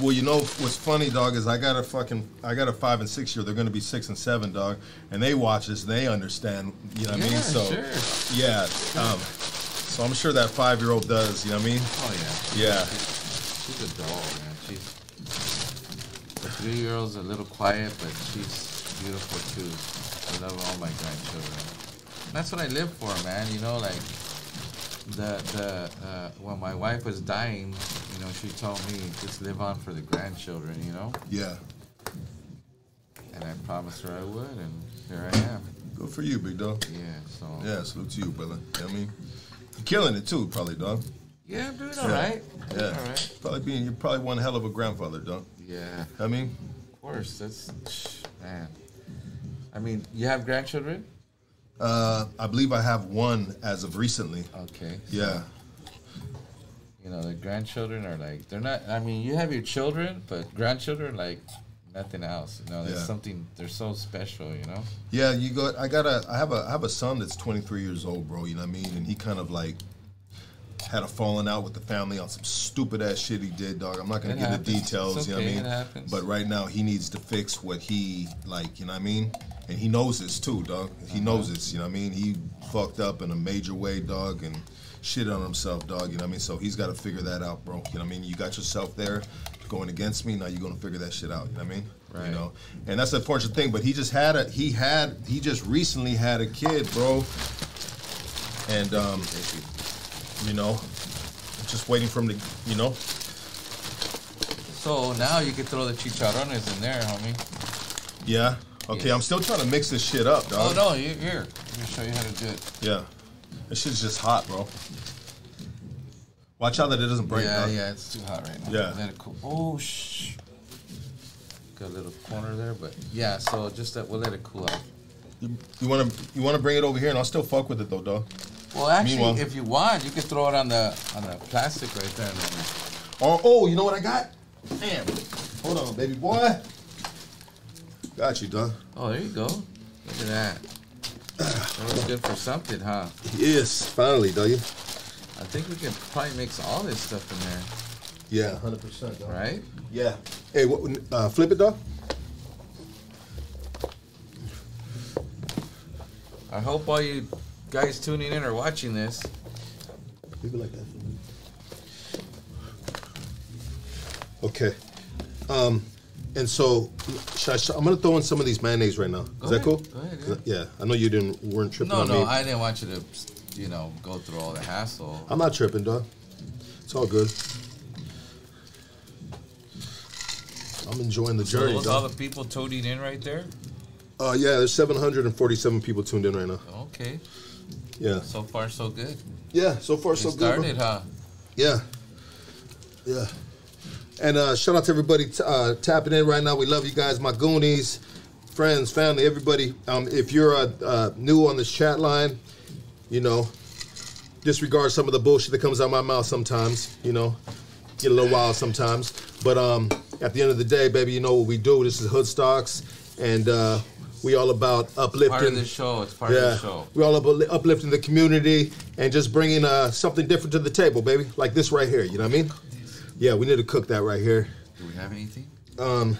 Well, you know what's funny, dog, is I got a fucking, I got a five and six year. They're gonna be six and seven, dog, and they watch this. They understand, you know what I Yeah, mean? So, sure. yeah. Um, so I'm sure that five year old does. You know what I mean? Oh yeah, Yeah. she's a doll, man. She's the three-year-old's a little quiet, but she's beautiful too. I love all my grandchildren. That's what I live for, man. You know, like the the uh, when my wife was dying, you know, she told me just live on for the grandchildren, you know, Yeah. and I promised her I would, and here I am. Good for you, big dog. Yeah, so Yeah, salute to you, brother. You know what I mean? You're killing it too, probably, dog. Yeah, dude, all right. Yeah. All right. Probably being you're probably one hell of a grandfather, don't? Yeah, I mean, of course. That's, man. I mean, you have grandchildren? uh, I believe I have one as of recently. Okay. Yeah. You know, the grandchildren are like, they're not, I mean, you have your children, but grandchildren, like, nothing else. You know, there's Yeah. something, they're so special, you know? Yeah, you go. I got a. I have a. I have a son that's 23 years old, bro. You know what I mean? And he kind of like had a falling out with the family on some stupid ass shit he did, dog. I'm not gonna It get happens. the details. It's you know what I okay, mean? it happens. But right now, he needs to fix what he like. You know what I mean? And he knows this too, dog. Uh-huh. He knows this. You know what I mean? He fucked up in a major way, dog, and shit on himself, dog. You know what I mean? So he's got to figure that out, bro. You know what I mean? You got yourself there going against me. Now you're gonna figure that shit out. You know what I mean? Right. You know? And that's the unfortunate thing. But he just had a. He had. He just recently had a kid, bro. And um, you know, just waiting for him to, you know, So now you can throw the chicharrones in there, homie. yeah. Okay, Yeah. I'm still trying to mix this shit up, Oh, dog. no, you here. Let me show you how to do it. Yeah. This shit's just hot, bro. Watch out that it doesn't break, yeah, dog. yeah, it's too hot right now. Yeah. Let it cool. Oh, shh. Got a little corner there, but yeah, so just that we'll let it cool out. You, you wanna you wanna bring it over here and I'll still fuck with it though, dog. Well, actually, Meanwhile- if you want, you can throw it on the on the plastic right there. Or oh, you know what I got? Damn. Hold on, baby boy. Got you, dog. Oh, there you go. Look at that. That was good for something, huh? Yes, finally, dog. I think we can probably mix all this stuff in Yeah, hundred percent, dog. there, right? Yeah. Hey, what? Uh, flip it, dog. I hope all you guys tuning in are watching this. Leave it like that. Okay. Um, and so, should I, should- I'm gonna throw in some of these mayonnaise right now. Is Go that ahead. cool? Go ahead, yeah. 'Cause I- yeah. I know you didn't weren't tripping No, on no, me. I didn't want you to, you know, go through all the hassle. I'm not tripping, dog. It's all good. I'm enjoying the So journey, those all dog. the people tuning in right there. uh, yeah, there's 747 people tuned in right now. Okay, Yeah. so far so good. Yeah. So far, We so good. bro. started, huh? Yeah. Yeah. And uh, shout out to everybody t- uh, tapping in right now. We love you guys, my Goonies, friends, family, everybody. Um, if you're uh, uh, new on this chat line, you know, disregard some of the bullshit that comes out of my mouth sometimes, you know, get a little wild sometimes. But um, at the end of the day, baby, you know what we do. This is Hood Stocks, and uh, we all about uplifting Part of the show. It's part of the show. we all up, uplifting the community and just bringing uh, something different to the table, baby. Like this right here. You know what I mean? Yeah, we need to cook that right here. Do we have anything? Um,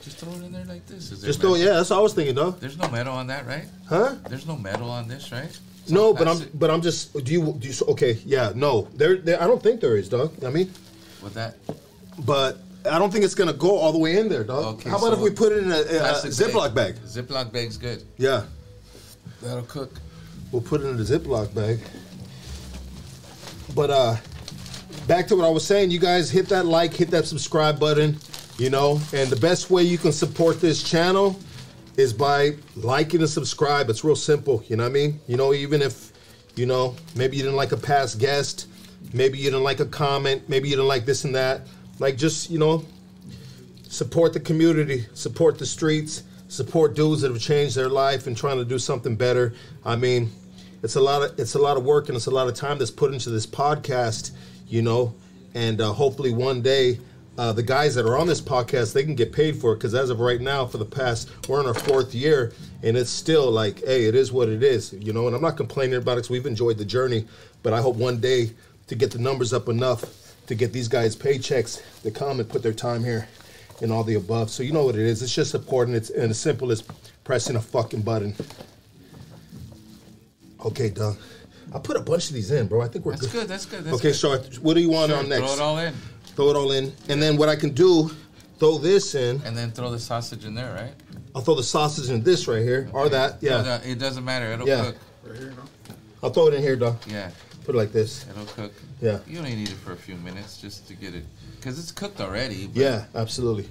Just throw it in there like this. Is there just throw. metal? Yeah, that's what I was thinking, though. There's no metal on that, right? Huh? There's no metal on this, right? It's No, all but I'm. plastic. But I'm just. Do you? Do you? Okay. Yeah. No. There. there I don't think there is, dog. I mean, With that, Uh, but I don't think it's gonna go all the way in there, dog. Okay, How about so if we put it in a, a plastic Ziploc bag? Ziploc bag's good. Yeah, That'll cook. we'll put it in a Ziploc bag. But uh, back to what I was saying, you guys hit that like, hit that subscribe button, you know. And the best way you can support this channel is by liking and subscribe. It's real simple, you know what I mean? You know, even if, you know, maybe you didn't like a past guest, maybe you didn't like a comment, maybe you didn't like this and that. Like, just, you know, support the community, support the streets, support dudes that have changed their life and trying to do something better. I mean, it's a lot of it's a lot of work and it's a lot of time that's put into this podcast, you know, and uh, hopefully one day. Uh, the guys that are on this podcast, they can get paid for it because as of right now, for the past, we're in our fourth year, and it's still like, hey, it is what it is, you know. And I'm not complaining about it because we've enjoyed the journey, but I hope one day to get the numbers up enough to get these guys paychecks to come and put their time here and all the above. So you know what it is. It's just supporting. It's and as simple as pressing a fucking button. Okay, done. I put a bunch of these in, bro. I think we're That's good. good. That's good. That's okay, good. so I, what do you want Sure, on next? Throw it all in, Throw it all in, and then what I can do, throw this in. and then throw the sausage in there, right? I'll throw the sausage in this right here, or that. Yeah, No, no, it doesn't matter. It'll Yeah. cook. Right here, no? I'll throw it in here, dog. Yeah, Put it like this. it'll cook. Yeah. You only need it for a few minutes just to get it, cause it's cooked already. But Yeah, absolutely.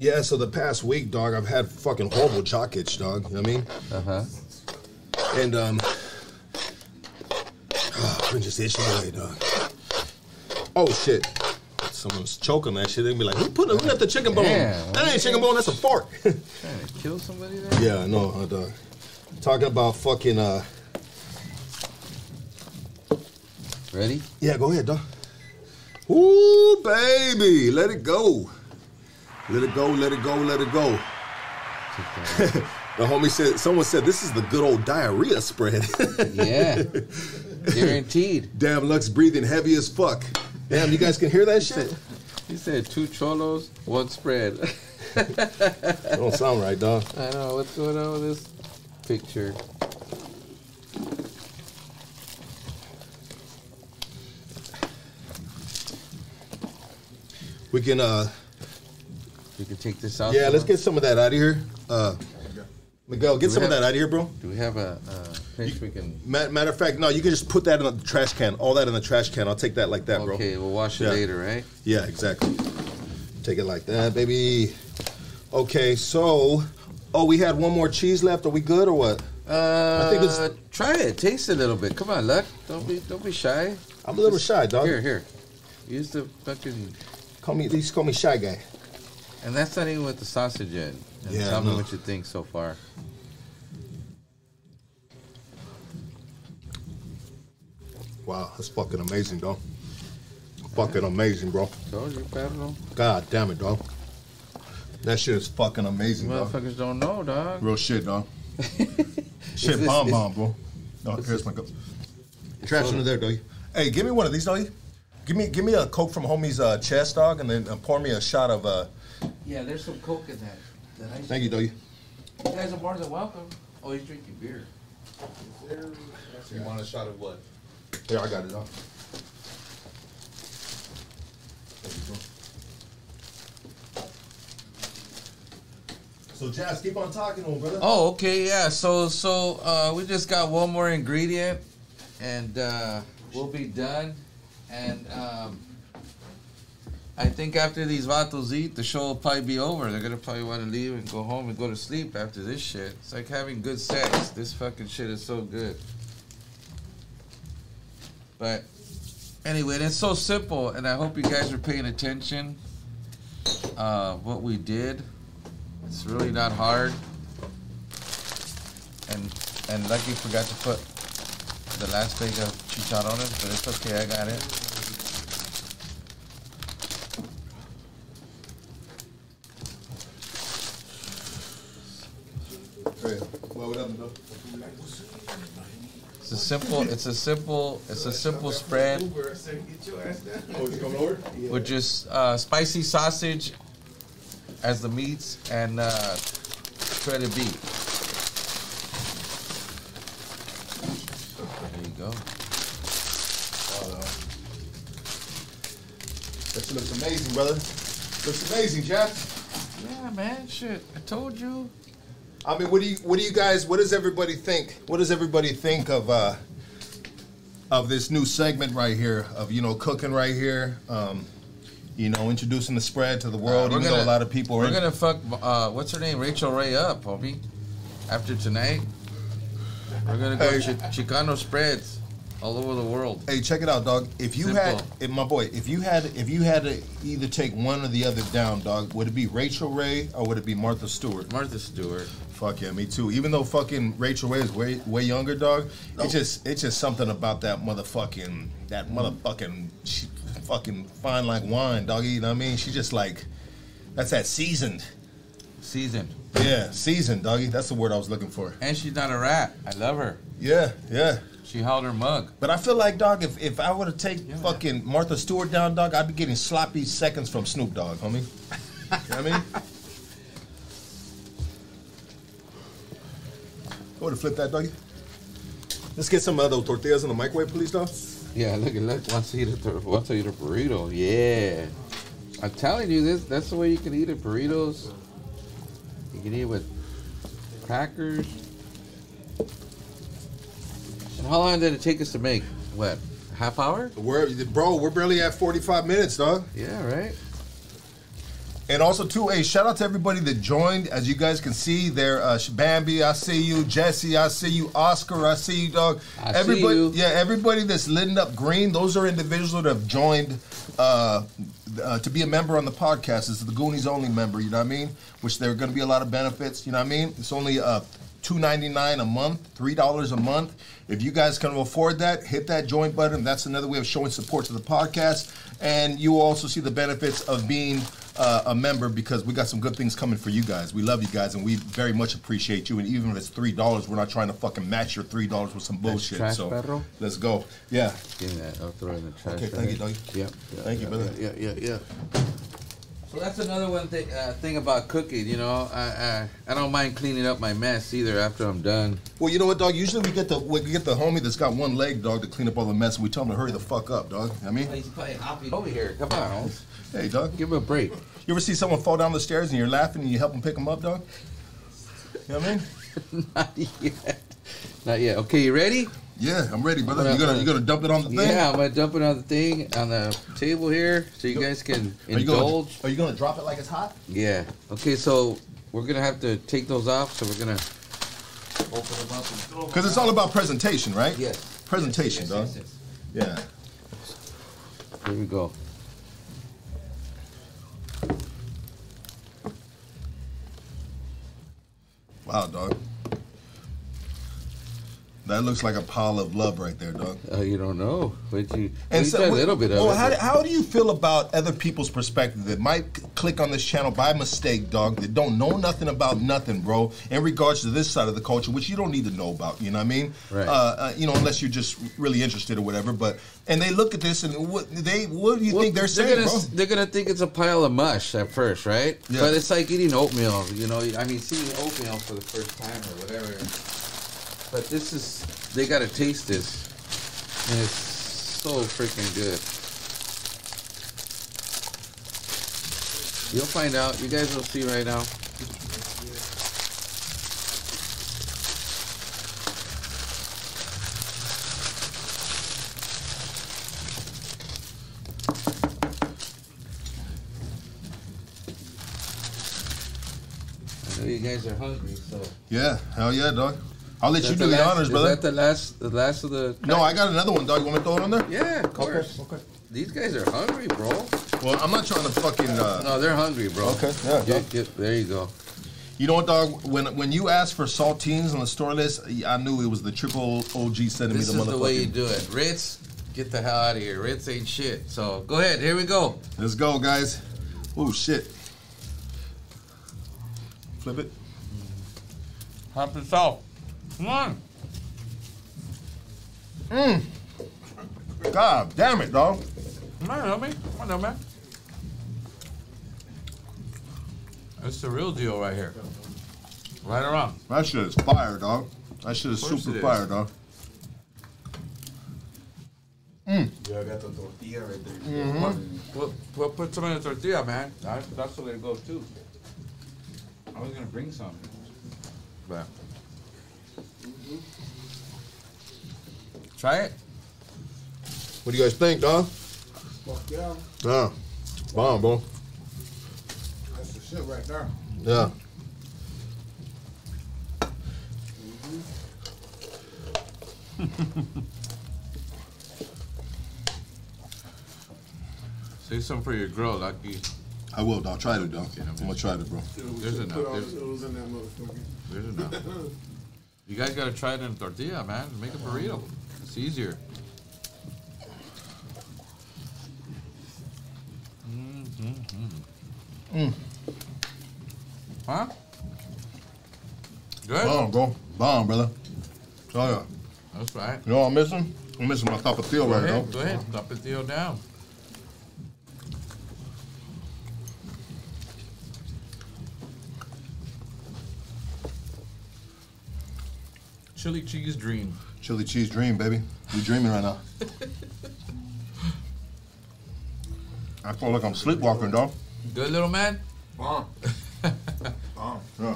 Yeah, so the past week, dog, I've had fucking horrible jock itch, dog. You know what I mean? Uh huh. And um, oh, I'm just itching away, dog. Oh shit! Someone's choking that shit. They be like, "Who put? Who left the chicken bone? Damn. That ain't chicken bone. That's a fart." Trying to kill somebody there? yeah, I know, uh, dog. Talking about fucking. Uh, Ready? yeah, go ahead, dog. Ooh, baby, let it go. Let it go. Let it go. Let it go. The homie said, someone said, this is the good old diarrhea spread. yeah. Guaranteed. Damn, Lux breathing heavy as fuck. Damn, you guys can hear that shit? He said two cholos, one spread. That don't sound right, dog. I know what's going on with this picture. We can, uh, We can take this out. yeah, let's someone? get some of that out of here. Uh, Miguel, get some of that out of here, bro. Do we have a uh, pinch we can? Ma- Matter of fact, no, you can just put that in the trash can. All that in the trash can. I'll take that like that, bro. Okay, we'll wash it Yeah. later, right? Yeah, exactly. Take it like that, baby. Okay, so, oh, we had one more cheese left. Are we good or what? Uh, think it's- try it. Taste it a little bit. Come on, Luck. Don't be don't be shy. I'm a little shy, dog. Here, here. Use the fucking. Call me, at least call me shy guy. And that's not even with the sausage in. And Yeah, tell no. me what you think so far. Wow, that's fucking amazing, dog. Fucking amazing, bro. Told you, Pablo. God damn it, dog. That shit is fucking amazing, dog. Motherfuckers don't know, dog. Real shit, dog. shit, this- bomb, is- bomb, bro. No, here's my cup. Trash under there, doggy. Hey, give me one of these, doggy. Give me, give me a coke from homie's uh, chest, dog, and then uh, pour me a shot of. Uh, Yeah, there's some coke in that. that I thank you, doggy. you guys are more than welcome. Oh, he's drinking beer. You want a shot of what? Here, I got it, dog. So, Jazz, keep on talking to him, brother. Oh, okay, yeah. So, so uh, we just got one more ingredient, and uh, we'll be done. And um, I think after these vatos eat, the show will probably be over. They're gonna probably want to leave and go home and go to sleep after this shit. It's like having good sex. This fucking shit is so good. But anyway, it's so simple, and I hope you guys are paying attention. Uh, what we did, it's really not hard and and Lucky forgot to put the last bag of chicharrones, but it's okay, I got it. Hey, well, what happened, dog? It's a simple, it's a simple, it's a simple spread Uber, I said, get your ass down. Oh, he's coming over? with just uh, spicy sausage as the meats and uh, shredded beef. There you go. That shit looks amazing, brother. Looks amazing, Jeff. Yeah, man, shit, I told you. I mean, what do you, what do you guys, what does everybody think? What does everybody think of, uh, of this new segment right here? Of you know, cooking right here. Um, you know, introducing the spread to the world. Uh, we're even though gonna- a lot of people are We're in- gonna fuck. Uh, what's her name? Rachel Ray up, homie. After tonight, we're gonna go Hey. chi- Chicano spreads all over the world. Hey, check it out, dog. If you Simple. had, if my boy, if you had, if you had to either take one or the other down, dog, would it be Rachel Ray or would it be Martha Stewart? Martha Stewart. Fuck yeah, me too. Even though fucking Rachel Ray is way way younger, dog. It's just it's just something about that motherfucking that motherfucking she fucking fine like wine, doggy. You know what I mean? She just like that's that seasoned. Seasoned. Yeah, seasoned, doggy. That's the word I was looking for. And she's not a rat. I love her. Yeah, yeah. She held her mug. But I feel like, dog, if, if I were to take Yeah. fucking Martha Stewart down, dog, I'd be getting sloppy seconds from Snoop Dogg, homie. you know what I mean? I would have flipped that, doggy. Let's get some of those tortillas in the microwave, please, dog. Yeah, look at look. Once you eat a tor- once I eat a burrito, yeah. I'm telling you, this that's the way you can eat it. Burritos. You can eat it with crackers. And how long did it take us to make? What? Half hour? We're, bro, we're barely at 45 minutes, dog. Yeah, right. And also, too, a shout out to everybody that joined. As you guys can see, there, uh, Bambi, I see you. Jesse, I see you. Oscar, I see you, dog. I see everybody, you. yeah, everybody that's lit up green. Those are individuals that have joined uh, uh, to be a member on the podcast. It's the Goonies only member. You know what I mean? Which there are going to be a lot of benefits. You know what I mean? It's only uh, two ninety nine a month, three dollars a month. If you guys can afford that, hit that join button. That's another way of showing support to the podcast. And you will also see the benefits of being uh, a member because we got some good things coming for you guys. We love you guys and we very much appreciate you. And even if it's three dollars, we're not trying to fucking match your three dollars with some bullshit. trash, so perro. let's go. Yeah. Give me that. I'll throw it in the trash. Okay, right thank you, here. doggy. Yep. Thank you, brother. Yeah, yeah, yeah. So that's another one thing, uh, thing about cooking. You know, I, I I don't mind cleaning up my mess either after I'm done. Well, you know what, dog? Usually we get the we get the homie that's got one leg, dog, to clean up all the mess, and we tell him to hurry the fuck up, dog. You know what I mean, He's playing hoppy over here. Come on, Holmes. hey, dog. give him a break. You ever see someone fall down the stairs and you're laughing and you help them pick them up, dog? You know what I mean? Not yet. Not yet. Okay, you ready? Yeah, I'm ready, brother. You gonna you gonna dump it on the thing? Yeah, I'm gonna dump it on the thing on the table here so you guys can Are you gonna, indulge. are you gonna drop it like it's hot? Yeah. Okay, so we're gonna have to take those off. So we're gonna open them up. And- Because it's all about presentation, right? Yes. Presentation, dog. Yeah. Here we go. Wow, dog. That looks like a pile of love right there, dog. Uh, you don't know, but you and a little bit of well, it. how, do, but- how do you feel about other people's perspective that might c- click on this channel by mistake, dog, that don't know nothing about nothing, bro, in regards to this side of the culture, which you don't need to know about, you know what I mean? Right. Uh, uh, you know, unless you're just really interested or whatever. But and they look at this and what they what do you Well, think they're saying, gonna, bro? They're gonna think it's a pile of mush at first, right? Yeah. But it's like eating oatmeal. You know, I mean, it's eating oatmeal for the first time or whatever. But this is they gotta taste this, and it's so freaking good. You'll find out. You guys will see right now. I know you guys are hungry, so yeah, hell yeah, dog. I'll let you That's do the, last- honors, is brother. that the last, the last of the? no, I got another one, dog. You want me to throw it on there? Yeah, of course. Okay. These guys are hungry, bro. Well, I'm not trying to fucking. Uh, No, they're hungry, bro. Okay, yeah, Get- yeah. get- there you go. You know what, dog? When when you asked for saltines on the store list, I knew it was the triple OG sending This me the is motherfucking. the way you do it. Ritz, get the hell out of here. Ritz ain't shit. So go ahead. Here we go. Let's go, guys. Oh shit. Flip it. Hop and salt. Come on. God damn it, dog. Come on, homie. Come on, man. That's the real deal right here. Right or wrong. That shit is fire, dog. That shit is Of course super it is. fire, dog. Yeah, I got the tortilla right there. We'll, we'll put some in the tortilla, man. That's, that's the way it goes, too. I was going to bring some. But. Try it. What do you guys think, dog? Fuck yeah. Yeah. Bomb, bro. That's the shit right there. Yeah. Save some for your grill, Lucky. I will, dog. Try it, dog. I'm gonna try it, bro. It was, There's just enough, put all- there's- it was in that motherfucker. There's enough. you guys gotta try it in tortilla, man. Make a burrito. It's easier. Huh? Good? Bomb, bro. Bomb, brother. Oh yeah. That's right. You know what I'm missing? I'm missing my cup of feel Go right now. ahead, go ahead. Drop it deal down. Chili cheese dream. Chili cheese dream, baby. You dreaming right now. I feel like I'm sleepwalking, dog. Good little man. Bomb. Bomb. Yeah.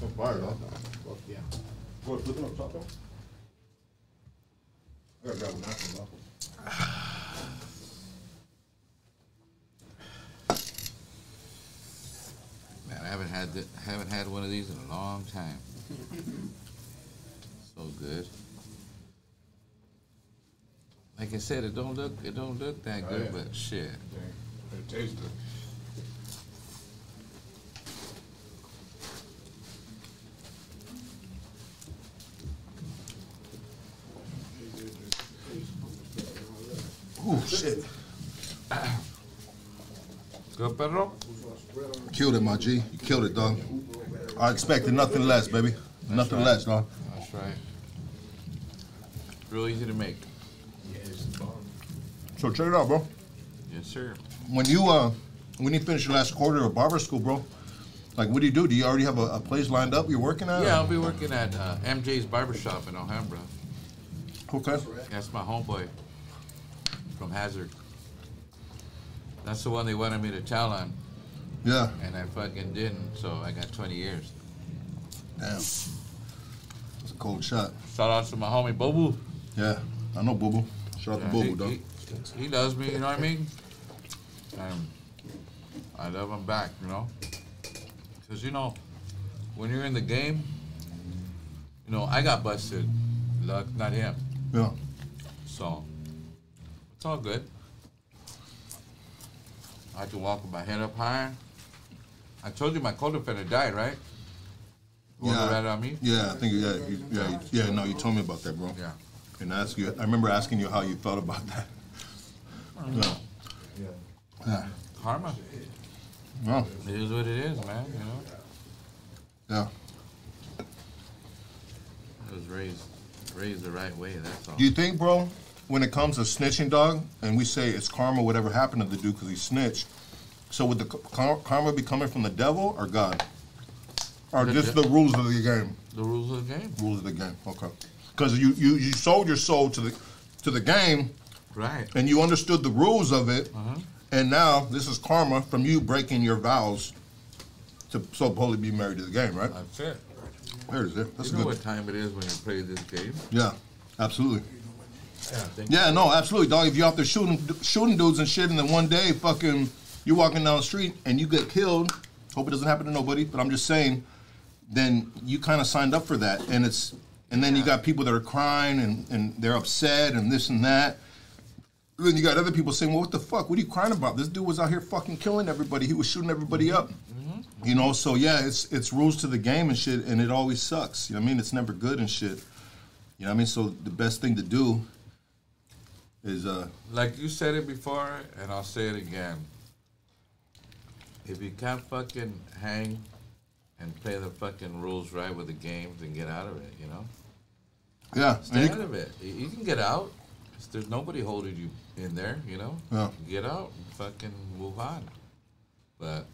So fire, dog. Fuck yeah. What, flipping up top though? I gotta grab a napkin, dog. long time. so good. Like I said, it don't look it don't look that Oh, good, yeah. but shit. Dang, It tastes good. Ooh, shit. Good perro. Killed it, my G. You killed it, dog. I expected nothing less, baby. nothing right. less, dog. That's right. Real easy to make. Yeah, it's bomb. So check it out, bro. Yes, sir. When you uh, when you finish your last quarter of barber school, bro, like what do you do? Do you already have a, a place lined up you're working at? Yeah, I'll be working at uh, MJ's Barbershop in Alhambra. Okay. That's my homeboy from Hazard. That's the one they wanted me to tell on, Yeah. and I fucking didn't, so I got 20 years. Damn. That's a cold shot. Shout out to my homie Bobu. Yeah. I know, Boo Boo. Shout out to Boo He- Boo, dog. He, he loves me, you know what I mean? And I love him back, you know? Because, you know, when you're in the game, you know, I got busted. Luck, not him. Yeah. So it's all good. I can walk with my head up high. I told you my co-defendant died, right? You wanna Yeah. rat on me? Yeah, I think yeah, you, yeah, you- yeah. No, you told me about that, bro. Yeah. And I asked you. I remember asking you how you felt about that. Yeah. Yeah. Yeah. Karma. Yeah. It is what it is, man. You know, Yeah. I was raised raised the right way. That's all. Do you think, bro, when it comes to snitching, dog, and we say it's karma, whatever happened to the dude because he snitched? So would the k- kar- karma be coming from the devil or God, or The just de- the rules of the game? the rules of the game. Rules of the game. Okay. Because you, you you sold your soul to the to the game, Right. and you understood the rules of it, Uh-huh. and now this is karma from you breaking your vows to so holy be married to the game, right? That's it. There it is. There. That's you know good. what time it is when you play this game. Yeah. Absolutely. Yeah. Thank Yeah, no, absolutely, dog. If you're out there shooting shooting dudes and shit, and then one day, fucking, you're walking down the street and you get killed. Hope it doesn't happen to nobody, but I'm just saying. Then you kind of signed up for that, and it's and then you got people that are crying and and they're upset and this and that. Then you got other people saying, "Well, what the fuck? What are you crying about? This dude was out here fucking killing everybody. He was shooting everybody up." You know, so yeah, it's it's rules to the game and shit, and it always sucks. You know what I mean? It's never good and shit. You know what I mean? So the best thing to do is uh like you said it before, and I'll say it again. If you can't fucking hang and play the fucking rules right with the game, then get out of it. You know, yeah stay and out you- of it. You you can get out. It's- There's nobody holding you in there. You know, Yeah. get out, and fucking move on. But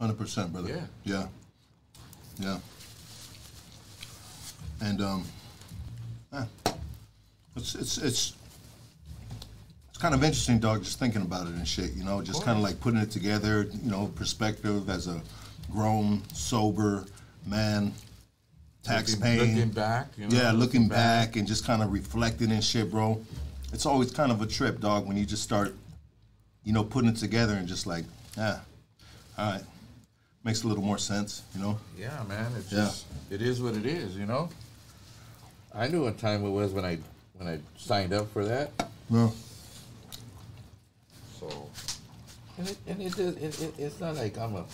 100% brother Yeah. yeah yeah and um yeah. it's it's it's it's kind of interesting dog just thinking about it and shit you know just kind of like putting it together you know perspective as a grown sober man tax looking, paying looking back, you know, yeah, looking back, and just kind of reflecting and shit, bro. It's always kind of a trip, dog, when you just start, you know, putting it together and just like, ah, all right, makes a little more sense, you know? Yeah, man. It's Yeah. just it is what it is, you know. I knew what time it was when I when I signed up for that. No. So, and it, and it, does- it, it it's not like I'm a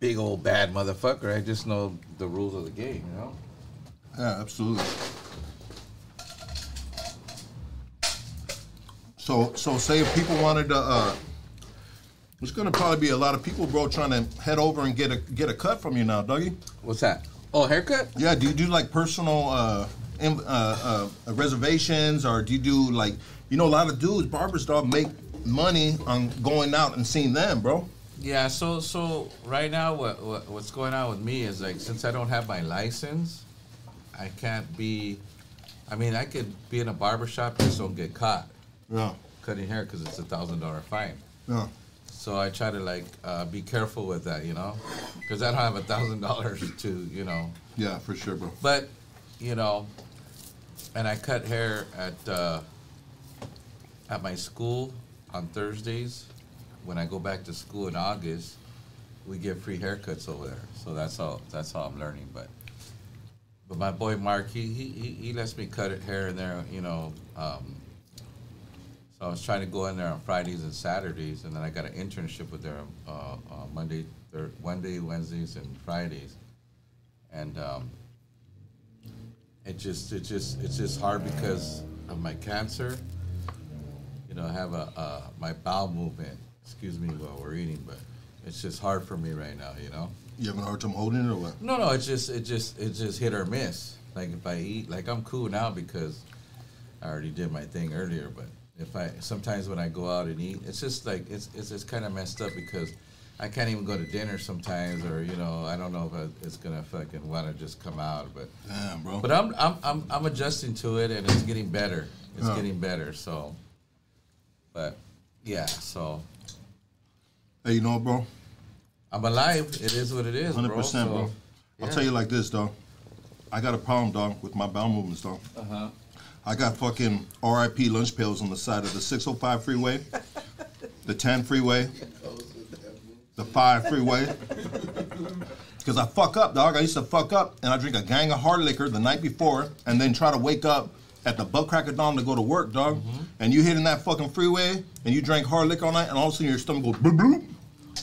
big old bad motherfucker. I just know the rules of the game, you know. Yeah, absolutely. So, so say if people wanted to, uh, there's gonna probably be a lot of people, bro, trying to head over and get a get a cut from you now, doggy. What's that? Oh, haircut? Yeah, do you do like personal uh, in, uh, uh, reservations, or do you do like you know a lot of dudes, barbers, dog, make money on going out and seeing them, bro? Yeah. So so right now, what, what what's going on with me is like since I don't have my license, I can't be. I mean, I could be in a barber shop, just don't get caught Yeah, cutting hair because it's a thousand dollar fine. yeah, So I try to like uh, be careful with that, you know, because I don't have a thousand dollars to you know yeah, for sure, bro. But you know, and I cut hair at uh, at my school on Thursdays when I go back to school in August, we get free haircuts over there. So that's all. That's all I'm learning. But but my boy Mark, he he he, he lets me cut it here and there. You know. Um, so I was trying to go in there on Fridays and Saturdays, and then I got an internship with there uh, uh, Monday, thir- Monday, Wednesdays, and Fridays, and um, it just it just it's just hard because of my cancer. You know, I have a uh, my bowel movement. Excuse me while we're eating, but it's just hard for me right now. You know. You having a hard time holding it or what? No, no, it's just it just it just hit or miss. Like if I eat, like I'm cool now because I already did my thing earlier. But if I sometimes when I go out and eat, it's just like it's it's it's kind of messed up because I can't even go to dinner sometimes, or you know I don't know if I, it's gonna fucking want to just come out. But Damn, bro. but I'm I'm I'm I'm adjusting to it, and it's getting better. It's Yeah. getting better. So, but yeah, so hey, you know what, bro? I'm alive. It is what it is, Hundred percent, So, bro. I'll tell you like this, dog. I got a problem, dog, with my bowel movements, dog. Uh-huh. I got fucking R.I.P. lunch pails on the side of the 605 freeway, the 10 freeway, the 5 freeway. Because I fuck up, dog. I used to fuck up, and I drink a gang of hard liquor the night before, and then try to wake up at the butt crack of dawn to go to work, dog. And you hitting that fucking freeway, and you drank hard liquor all night, and all of a sudden your stomach goes bloop bloop.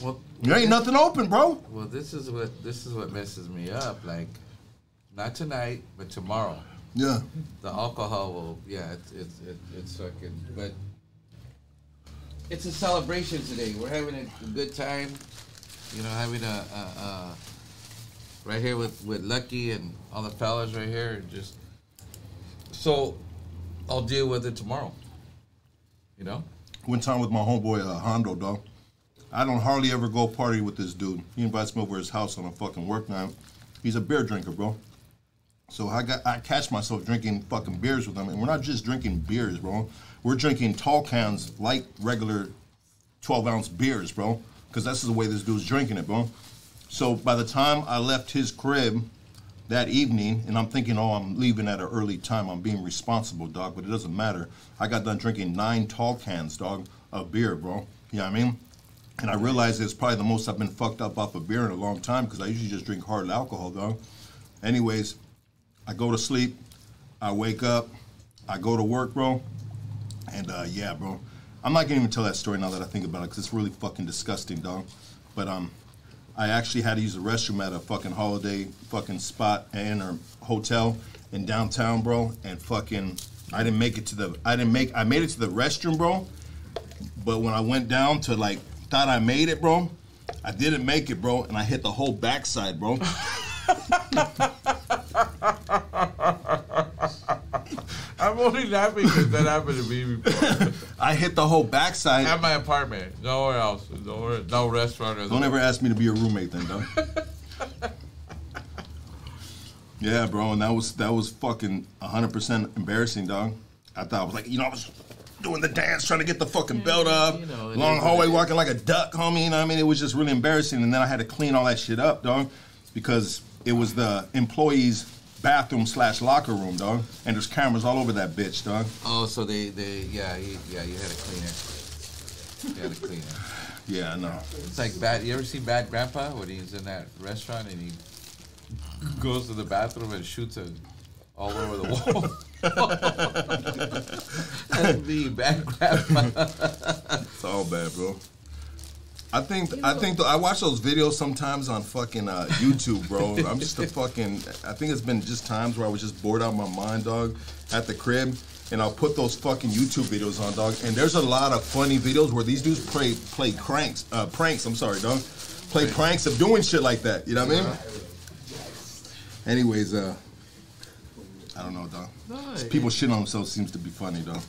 Well, There ain't nothing open, bro. Well, this is what this is what messes me up. Like, not tonight, but tomorrow. Yeah. The alcohol will, yeah, it's it's it, it's fucking. But it's a celebration today. We're having a good time. You know, having a, a, a right here with with Lucky and all the fellas right here. And just so I'll deal with it tomorrow. You know. one time with my homeboy uh, Hondo, dog. I don't hardly ever go party with this dude. He invites me over to his house on a fucking work night. He's a beer drinker, bro. So I got I catch myself drinking fucking beers with him, and we're not just drinking beers, bro. We're drinking tall cans, light, regular, twelve ounce beers, bro. Because that's the way this dude's drinking it, bro. So by the time I left his crib that evening, and I'm thinking, oh, I'm leaving at an early time. I'm being responsible, dog. But it doesn't matter. I got done drinking nine tall cans, dog, of beer, bro. You know what I mean? And I realized it's probably the most I've been fucked up off of beer in a long time because I usually just drink hard alcohol, dog. Anyways, I go to sleep, I wake up, I go to work, bro, and uh, yeah, bro. I'm not gonna even tell that story now that I think about it because it's really fucking disgusting, dog. But um, I actually had to use the restroom at a fucking holiday fucking spot in or hotel in downtown, bro, and fucking I didn't make it to the I didn't make I made it to the restroom, bro. But when I went down to like thought I made it, bro, I didn't make it, bro, and I hit the whole backside, bro. I'm only laughing because that happened to me before. I hit the whole backside. At my apartment. Nowhere else. Nowhere, no restaurant. Or Don't ever ask me to be your roommate then, dog. yeah, bro, and that was that was fucking 100% embarrassing, dog. I thought I was like, you know, I was doing the dance, trying to get the fucking belt up, you know, it long is- hallway walking like a duck, homie. You know what I mean? It was just really embarrassing, and then I had to clean all that shit up, dog, because it was the employees' bathroom slash locker room, dog, and there's cameras all over that bitch, dog. Oh, so they, they yeah, you, yeah, you had a cleaner. You had a cleaner. Yeah, I know. It's like bad. You ever see Bad Grandpa when he's in that restaurant and he goes to the bathroom and shoots it all over the wall? That's me, Bad Grandpa. It's all bad, bro. I think I think th- I watch those videos sometimes on fucking uh, YouTube, bro. I'm just a fucking. I think it's been just times where I was just bored out of my mind, dog, at the crib, and I'll put those fucking YouTube videos on, dog. And there's a lot of funny videos where these dudes play play cranks, uh, pranks. I'm sorry, dog, play pranks of doing shit like that. You know what I mean? Anyways, uh, I don't know, dog. No, Just People shit on themselves seems to be funny, dog.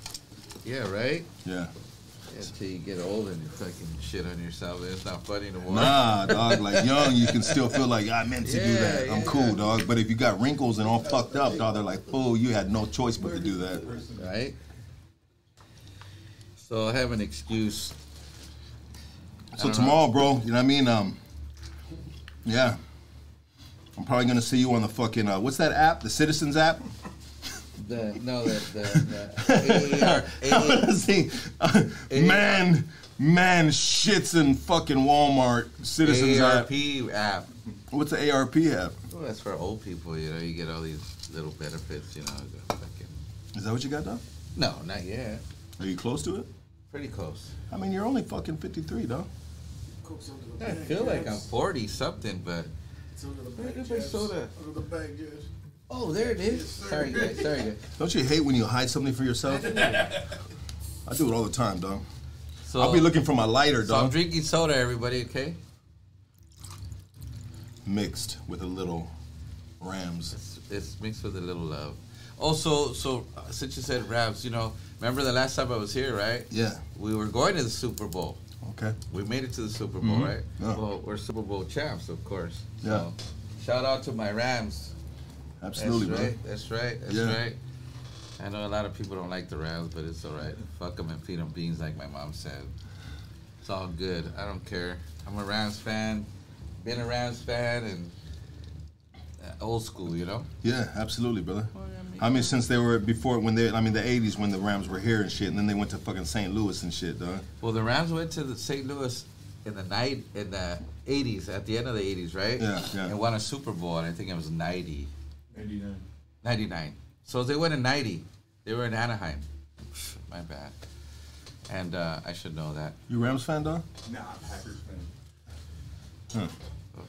Yeah, right? Yeah. Until you get old and you fucking shit on yourself. It's not funny anymore. Nah, dog. Like young, you can still feel like I meant to do that. Yeah, I'm yeah. cool, dog. But if you got wrinkles and all fucked up, dog, they're like, fool, you had no choice but to do that. Right? So I have an excuse. Uh-huh. So tomorrow, bro, you know what I mean? Um, yeah, I'm probably gonna see you on the fucking uh, what's that app? The Citizens app. The, no, the, the, the AAR, I'm gonna see, uh, man, man shits in fucking Walmart. Citizens app. AARP app. What's the ARP app? Well, that's for old people, you know. You get all these little benefits, you know. the Fucking... Is that what you got though? No, not yet. Are you close to it? Pretty close. I mean, you're only fucking 53, though. Cooks under the I bag, feel like I'm Jeffs. 40 something, but. It's under the Where bag, did my Jeffs. soda? Under the bag, yes. Oh, there it is. Sorry, guys. Sorry, guys. Don't you hate when you hide something for yourself? I do it all the time, dog. So, I'll be looking for my lighter, so I'm dog. drinking soda, everybody, okay? Mixed with a little Rams. It's, it's mixed with a little love. Also, so uh, since you said Rams, you know, remember the last time I was here, right? Yeah. We were going to the Super Bowl. Okay. We made it to the Super Bowl, Mhm. right? Yeah. Well, we're Super Bowl champs, of course. Yeah. So, shout out to my Rams. Absolutely, That's bro. right. That's right. That's Yeah. right. I know a lot of people don't like the Rams, but it's all right. Fuck them and feed them beans, like my mom said. It's all good. I don't care. I'm a Rams fan. Been a Rams fan and uh, old school, you know. Yeah, absolutely, brother. I mean, since they were before, when they, I mean, the 80s when the Rams were here and shit, and then they went to fucking St. Louis and shit, dog. Well, the Rams went to the St. Louis in the night in the '80s, at the end of the '80s, right? Yeah, yeah. And won a Super Bowl, and I think it was '90. Eighty-nine. 99. So they went in 90. They were in Anaheim. My bad. And uh, I should know that. You Rams fan, dog? Nah, Packers fan.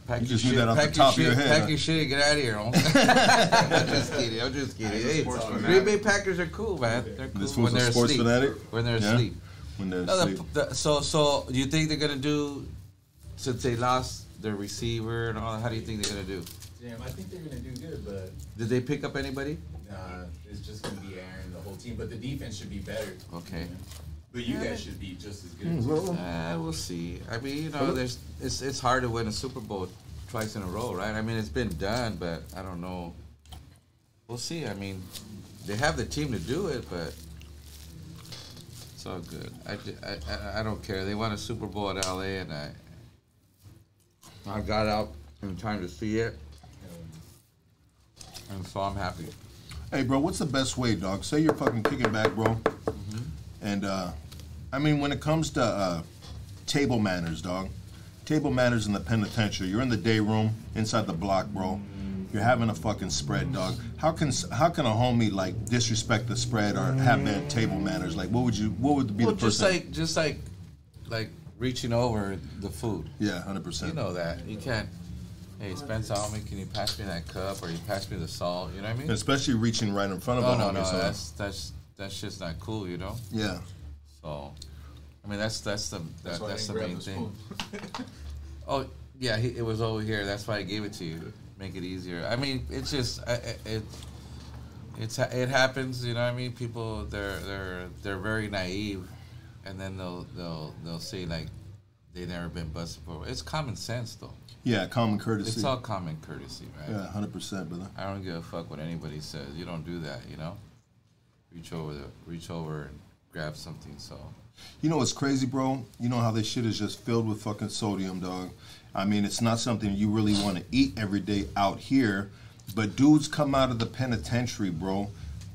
Pack You your just knew shit- that off the pack top of your shit- head, Pack huh? your shit and get out of here. homie. I'm just kidding. I'm just kidding. He's a Hey, sports Green fanatic. Bay Packers are cool, man. They're cool This when was they're a sports asleep. fanatic? When they're Yeah? asleep. When they're No, the- asleep. the- so, so you think they're gonna do since they lost their receiver and all? How do you think they're gonna do? Damn, I think they're gonna do good, but Did they pick up anybody? nah, it's just gonna be Aaron, the whole team. But the defense should be better. Okay. But you guys should be just as good. Uh, we'll see. I mean, you know, there's it's it's hard to win a Super Bowl twice in a row, right? I mean, it's been done, but I don't know. We'll see. I mean, they have the team to do it, but it's all good. I, ju- I, I, I don't care. They won a Super Bowl at LA, and I I got out in time to see it, and so I'm happy. Hey, bro, what's the best way, dog? Say you're fucking kicking back, bro. Mm-hmm. And, uh, I mean, when it comes to uh, table manners, dog, table manners in the penitentiary, you're in the day room, inside the block, bro. You're having a fucking spread, dog. How can how can a homie like disrespect the spread or have bad table manners? Like, what would you? What would be Well, the just first? thing? like just like like reaching over the food. yeah, hundred You percent. know that. You can't. Hey, Spencer, homie, can you pass me that cup or you pass me the salt? You know what I mean? Especially reaching right in front of No, a Oh, no, homie. no. so- That's that's that's just not cool, you know. yeah, So, I mean, that's that's the that, That's that's, why the I didn't grab main the thing. spoon. Oh yeah, he, it was over here. That's why I gave it to you. Make it easier. I mean, it's just I- I- it. It's ha- it happens, you know. what I mean, people they're they're they're very naive, and then they'll they'll they'll say like they never been busted before. It's common sense though. yeah, common courtesy. It's all common courtesy, right? yeah, hundred percent, brother. I don't give a fuck what anybody says. You don't do that, you know. Reach over, the, reach over and grab something. So You know what's crazy, bro? You know how this shit is just filled with fucking sodium, dog. I mean, it's not something you really want to eat every day out here, but dudes come out of the penitentiary, bro,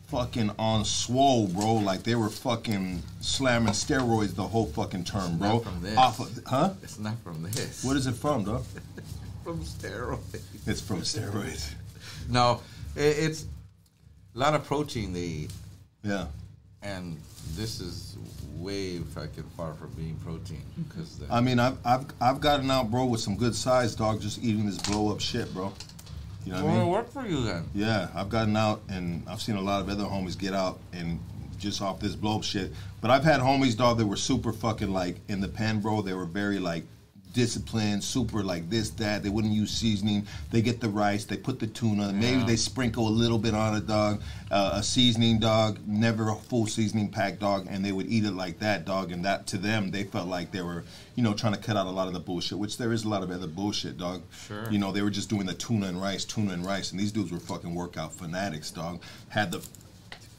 fucking on swole, bro, like they were fucking slamming steroids the whole fucking term, bro. Not from this. Off of, huh? it's not from this. What is it from, dog? from steroids? It's from steroids. No, it, it's a lot of protein they eat, Yeah. and this is way fucking far from being protein because I mean, I've, I've I've gotten out, bro, with some good size, dog, just eating this blow up shit, bro. You know what I mean? will work for you then. Yeah, I've gotten out and I've seen a lot of other homies get out and just off this blow up shit. But I've had homies, dog, that were super fucking like in the pen, bro. They were very like disciplined, super like this, that. They wouldn't use seasoning. They get the rice, they put the tuna, maybe Yeah. they sprinkle a little bit on it, dog. Uh, a seasoning, dog, never a full seasoning pack, dog. And they would eat it like that, dog. And that to them, they felt like they were, you know, trying to cut out a lot of the bullshit, which there is a lot of other bullshit, dog. Sure. You know, they were just doing the tuna and rice, tuna and rice, and these dudes were fucking workout fanatics, dog. Had the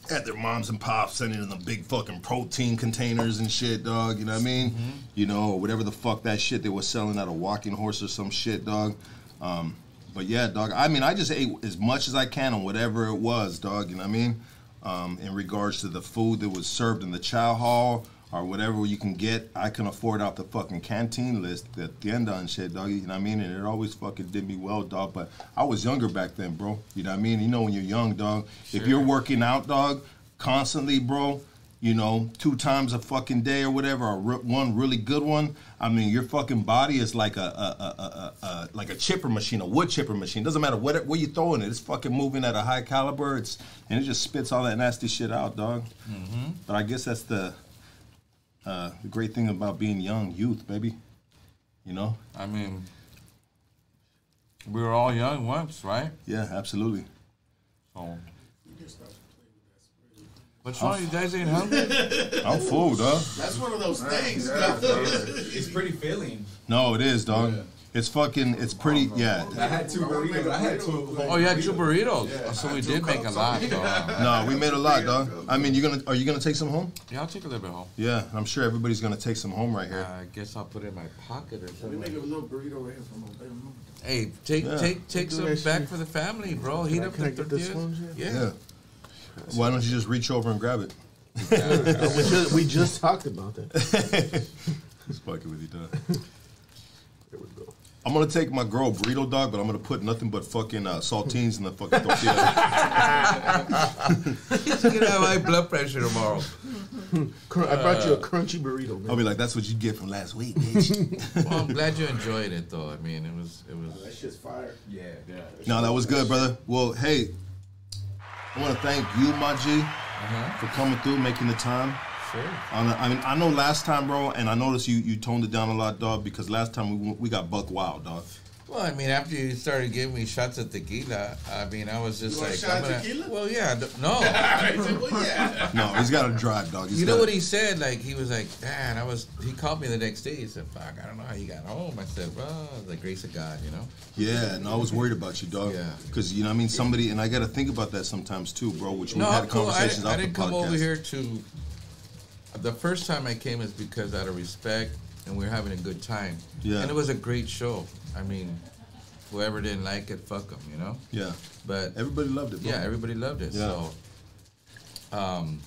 had their moms and pops sending them the big fucking protein containers and shit, dog. You know what I mean? You know, or whatever the fuck that shit they were selling at a walking horse or some shit, dog. Um, but yeah, dog. I mean, I just ate as much as I can on whatever it was, dog. You know what I mean? Um, in regards to the food that was served in the chow hall or whatever you can get. I can afford out the fucking canteen list, the tienda and shit, dog. You know what I mean? And it always fucking did me well, dog. But I was younger back then, bro. You know what I mean? You know when you're young, dog. If you're working out, dog, constantly, bro. You know, two times a fucking day or whatever, or re- one really good one. I mean, your fucking body is like a, a, a, a, a like a chipper machine, a wood chipper machine. Doesn't matter what it, where you throwing it, it's fucking moving at a high caliber. It's and it just spits all that nasty shit out, dog. But I guess that's the uh, the great thing about being young, youth, baby. You know? I mean, we were all young once, right? Yeah, absolutely. So. What's wrong? You guys ain't hungry? I'm full, dog. That's one of those things. Yeah, bro. It's pretty filling. No, it is, dog. It's fucking. It's pretty. Yeah. I had two burritos. I had two. Oh, you had two burritos. Oh, so we did make a lot. Though. huh? No, we made a lot, dog. I mean, you're gonna. Are you gonna take some home? Yeah, I'll take a little bit home. Yeah, I'm sure everybody's gonna take some home right Uh, here. I guess I'll put it in my pocket or Let me make something. a little burrito right here from my bedroom. Hey, take Yeah. take take Do some that back shit. for the family, bro. Heat I- up can the I get this tortillas. one? Yeah. Yeah. Why don't you just reach over and grab it? we, just, we just talked about that. Just fucking with you, dog. There we go. I'm gonna take my girl burrito dog, but I'm gonna put nothing but fucking uh, saltines in the fucking tortilla. He's gonna have high blood pressure tomorrow. Cr- I brought Uh, you a crunchy burrito, I'll man. be like, that's what you get from last week, bitch. Well, I'm glad you enjoyed it, though. I mean, it was it That was. shit's fire. Yeah. yeah. no, that was good, brother. Well, hey, I want to thank you, my G, Uh-huh. for coming through, making the time. Sure. On the- I mean, I know last time, bro, and I noticed you you toned it down a lot, dog, because last time we went- we got buck wild, dog. Well, I mean, after you started giving me shots of tequila, I mean, I was just You want like, a shot I'm of gonna- tequila? Well, yeah, d- no. well, yeah. No, he's got to drive, dog. He's you know gotta- what he said? Like he was like, man, I was. He called me the next day. He said, fuck, I don't know how he got home. I said, well, the grace of God, you know. Yeah, and I was worried about you, dog. Yeah. Because you know, what I mean, somebody, and I got to think about that sometimes too, bro. Which we no, had I'm cool. I, conversations didn't- I off the didn't come podcast. over here to. The first time I came is because out of respect, and we were having a good time. Yeah. And it was a great show. I mean, whoever didn't like it, fuck them, you know. Yeah, But everybody loved it. Bro. Yeah, everybody loved it. Yeah. So, um,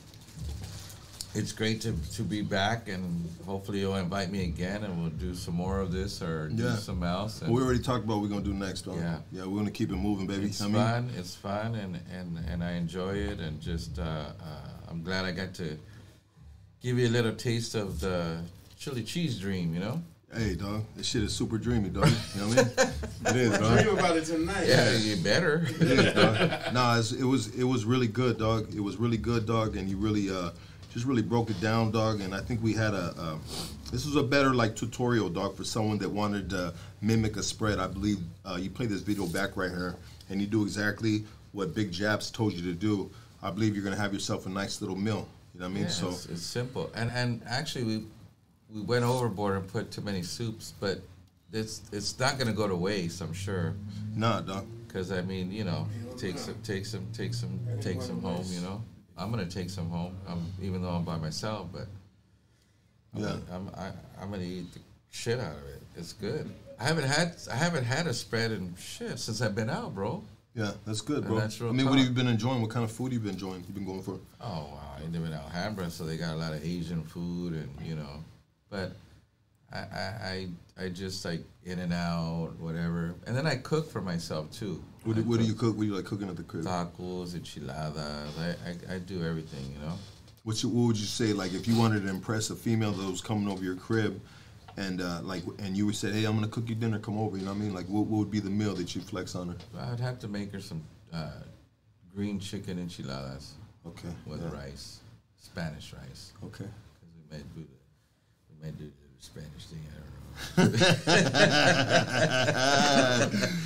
it's great to, to be back, and hopefully you'll invite me again, and we'll do some more of this or do Yeah. some else. And We already talked about what we're gonna do next, dog. Yeah. yeah, we're gonna keep it moving, baby. it's I mean, fun. It's fun, and, and, and I enjoy it, and just uh, uh, I'm glad I got to give you a little taste of the chili cheese dream. You know? hey, dog, this shit is super dreamy, dog. You know what I mean? It is, dog. Dream about it tonight. you better. Yeah, dog. Nah, it's, it was it was really good, dog. It was really good, dog, and you really uh just really broke it down, dog. And I think we had a uh, this was a better like tutorial, dog, for someone that wanted to mimic a spread. I believe uh, you play this video back right here, and you do exactly what Big Japs told you to do. I believe you're gonna have yourself a nice little meal. You know what I mean? Yeah, so it's, it's simple. And and actually, we we went overboard and put too many soups, but it's it's not going to go to waste. I'm sure, Mm-hmm. nah, dog. because I mean, you know, take some, take some, take some, take some home. You know, I'm going to take some home. I'm even though I'm by myself, but I'm, Yeah. I'm I, I'm going to eat the shit out of it. It's good. I haven't had I haven't had a spread and shit since I've been out, bro. Yeah, that's good, bro. that's real I mean, what talk. have you been enjoying? What kind of food have you been enjoying? You've been going for? Oh wow, I live in Alhambra, so they got a lot of Asian food, and you know, but I I I, I just like in and out, whatever, and then I cook for myself too. What, do- I what do you cook? What do you like cooking at the Uh, crib? Tacos, enchiladas. I, I I do everything, you know. What, you, what would you say, like, if you wanted to impress a female that was coming over your crib, and uh, like, and you would say, "Hey, I'm gonna cook you dinner. Come over." You know what I mean? Like, what, what would be the meal that you flex on her? I'd have to make her some uh, green chicken enchiladas Okay. with yeah. rice, Spanish rice, Okay. because we might do the we might do the Spanish thing. I don't know.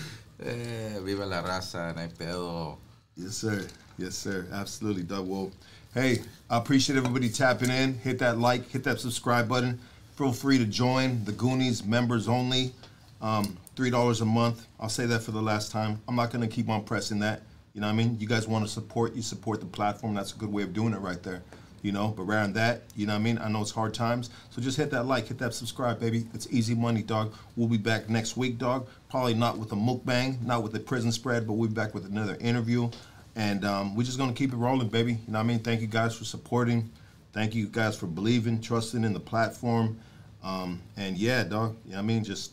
Eh, viva la raza, no hay pedo. Yes, sir. Yes, sir. Absolutely, Doug. Well, hey, I appreciate everybody tapping in. Hit that like, hit that subscribe button. Feel free to join the Goonies members only. Um, $3 a month. I'll say that for the last time. I'm not going to keep on pressing that. You know what I mean? You guys want to support, you support the platform. That's a good way of doing it right there. You know, but rather than that, you know what I mean? I know it's hard times. So just hit that like, hit that subscribe, baby. It's easy money, dog. We'll be back next week, dog. Probably not with a mukbang, not with a prison spread, but we'll be back with another interview. And um, we're just gonna keep it rolling, baby. You know what I mean? Thank you guys for supporting. Thank you guys for believing, trusting in the platform. Um, and yeah, dog. You know what I mean? Just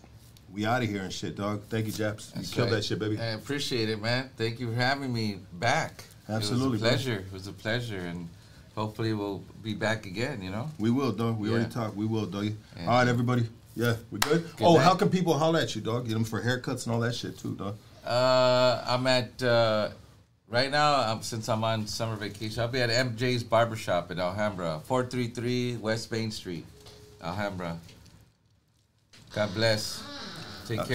we out of here and shit, dog. Thank you, Japs. That's you killed right. that shit, baby. I appreciate it, man. Thank you for having me back. Absolutely, It was a bro. pleasure. It was a pleasure, and hopefully we'll be back again. You know. We will, dog. We Yeah. already talked. We will, dog. Yeah. All right, everybody. Yeah, we good? oh, night. how can people holler at you, dog? Get them for haircuts and all that shit too, dog. Uh, I'm at uh, right now. Um, since I'm on summer vacation, I'll be at MJ's Barbershop in Alhambra, 433 West Main Street, Alhambra. God bless. Take care.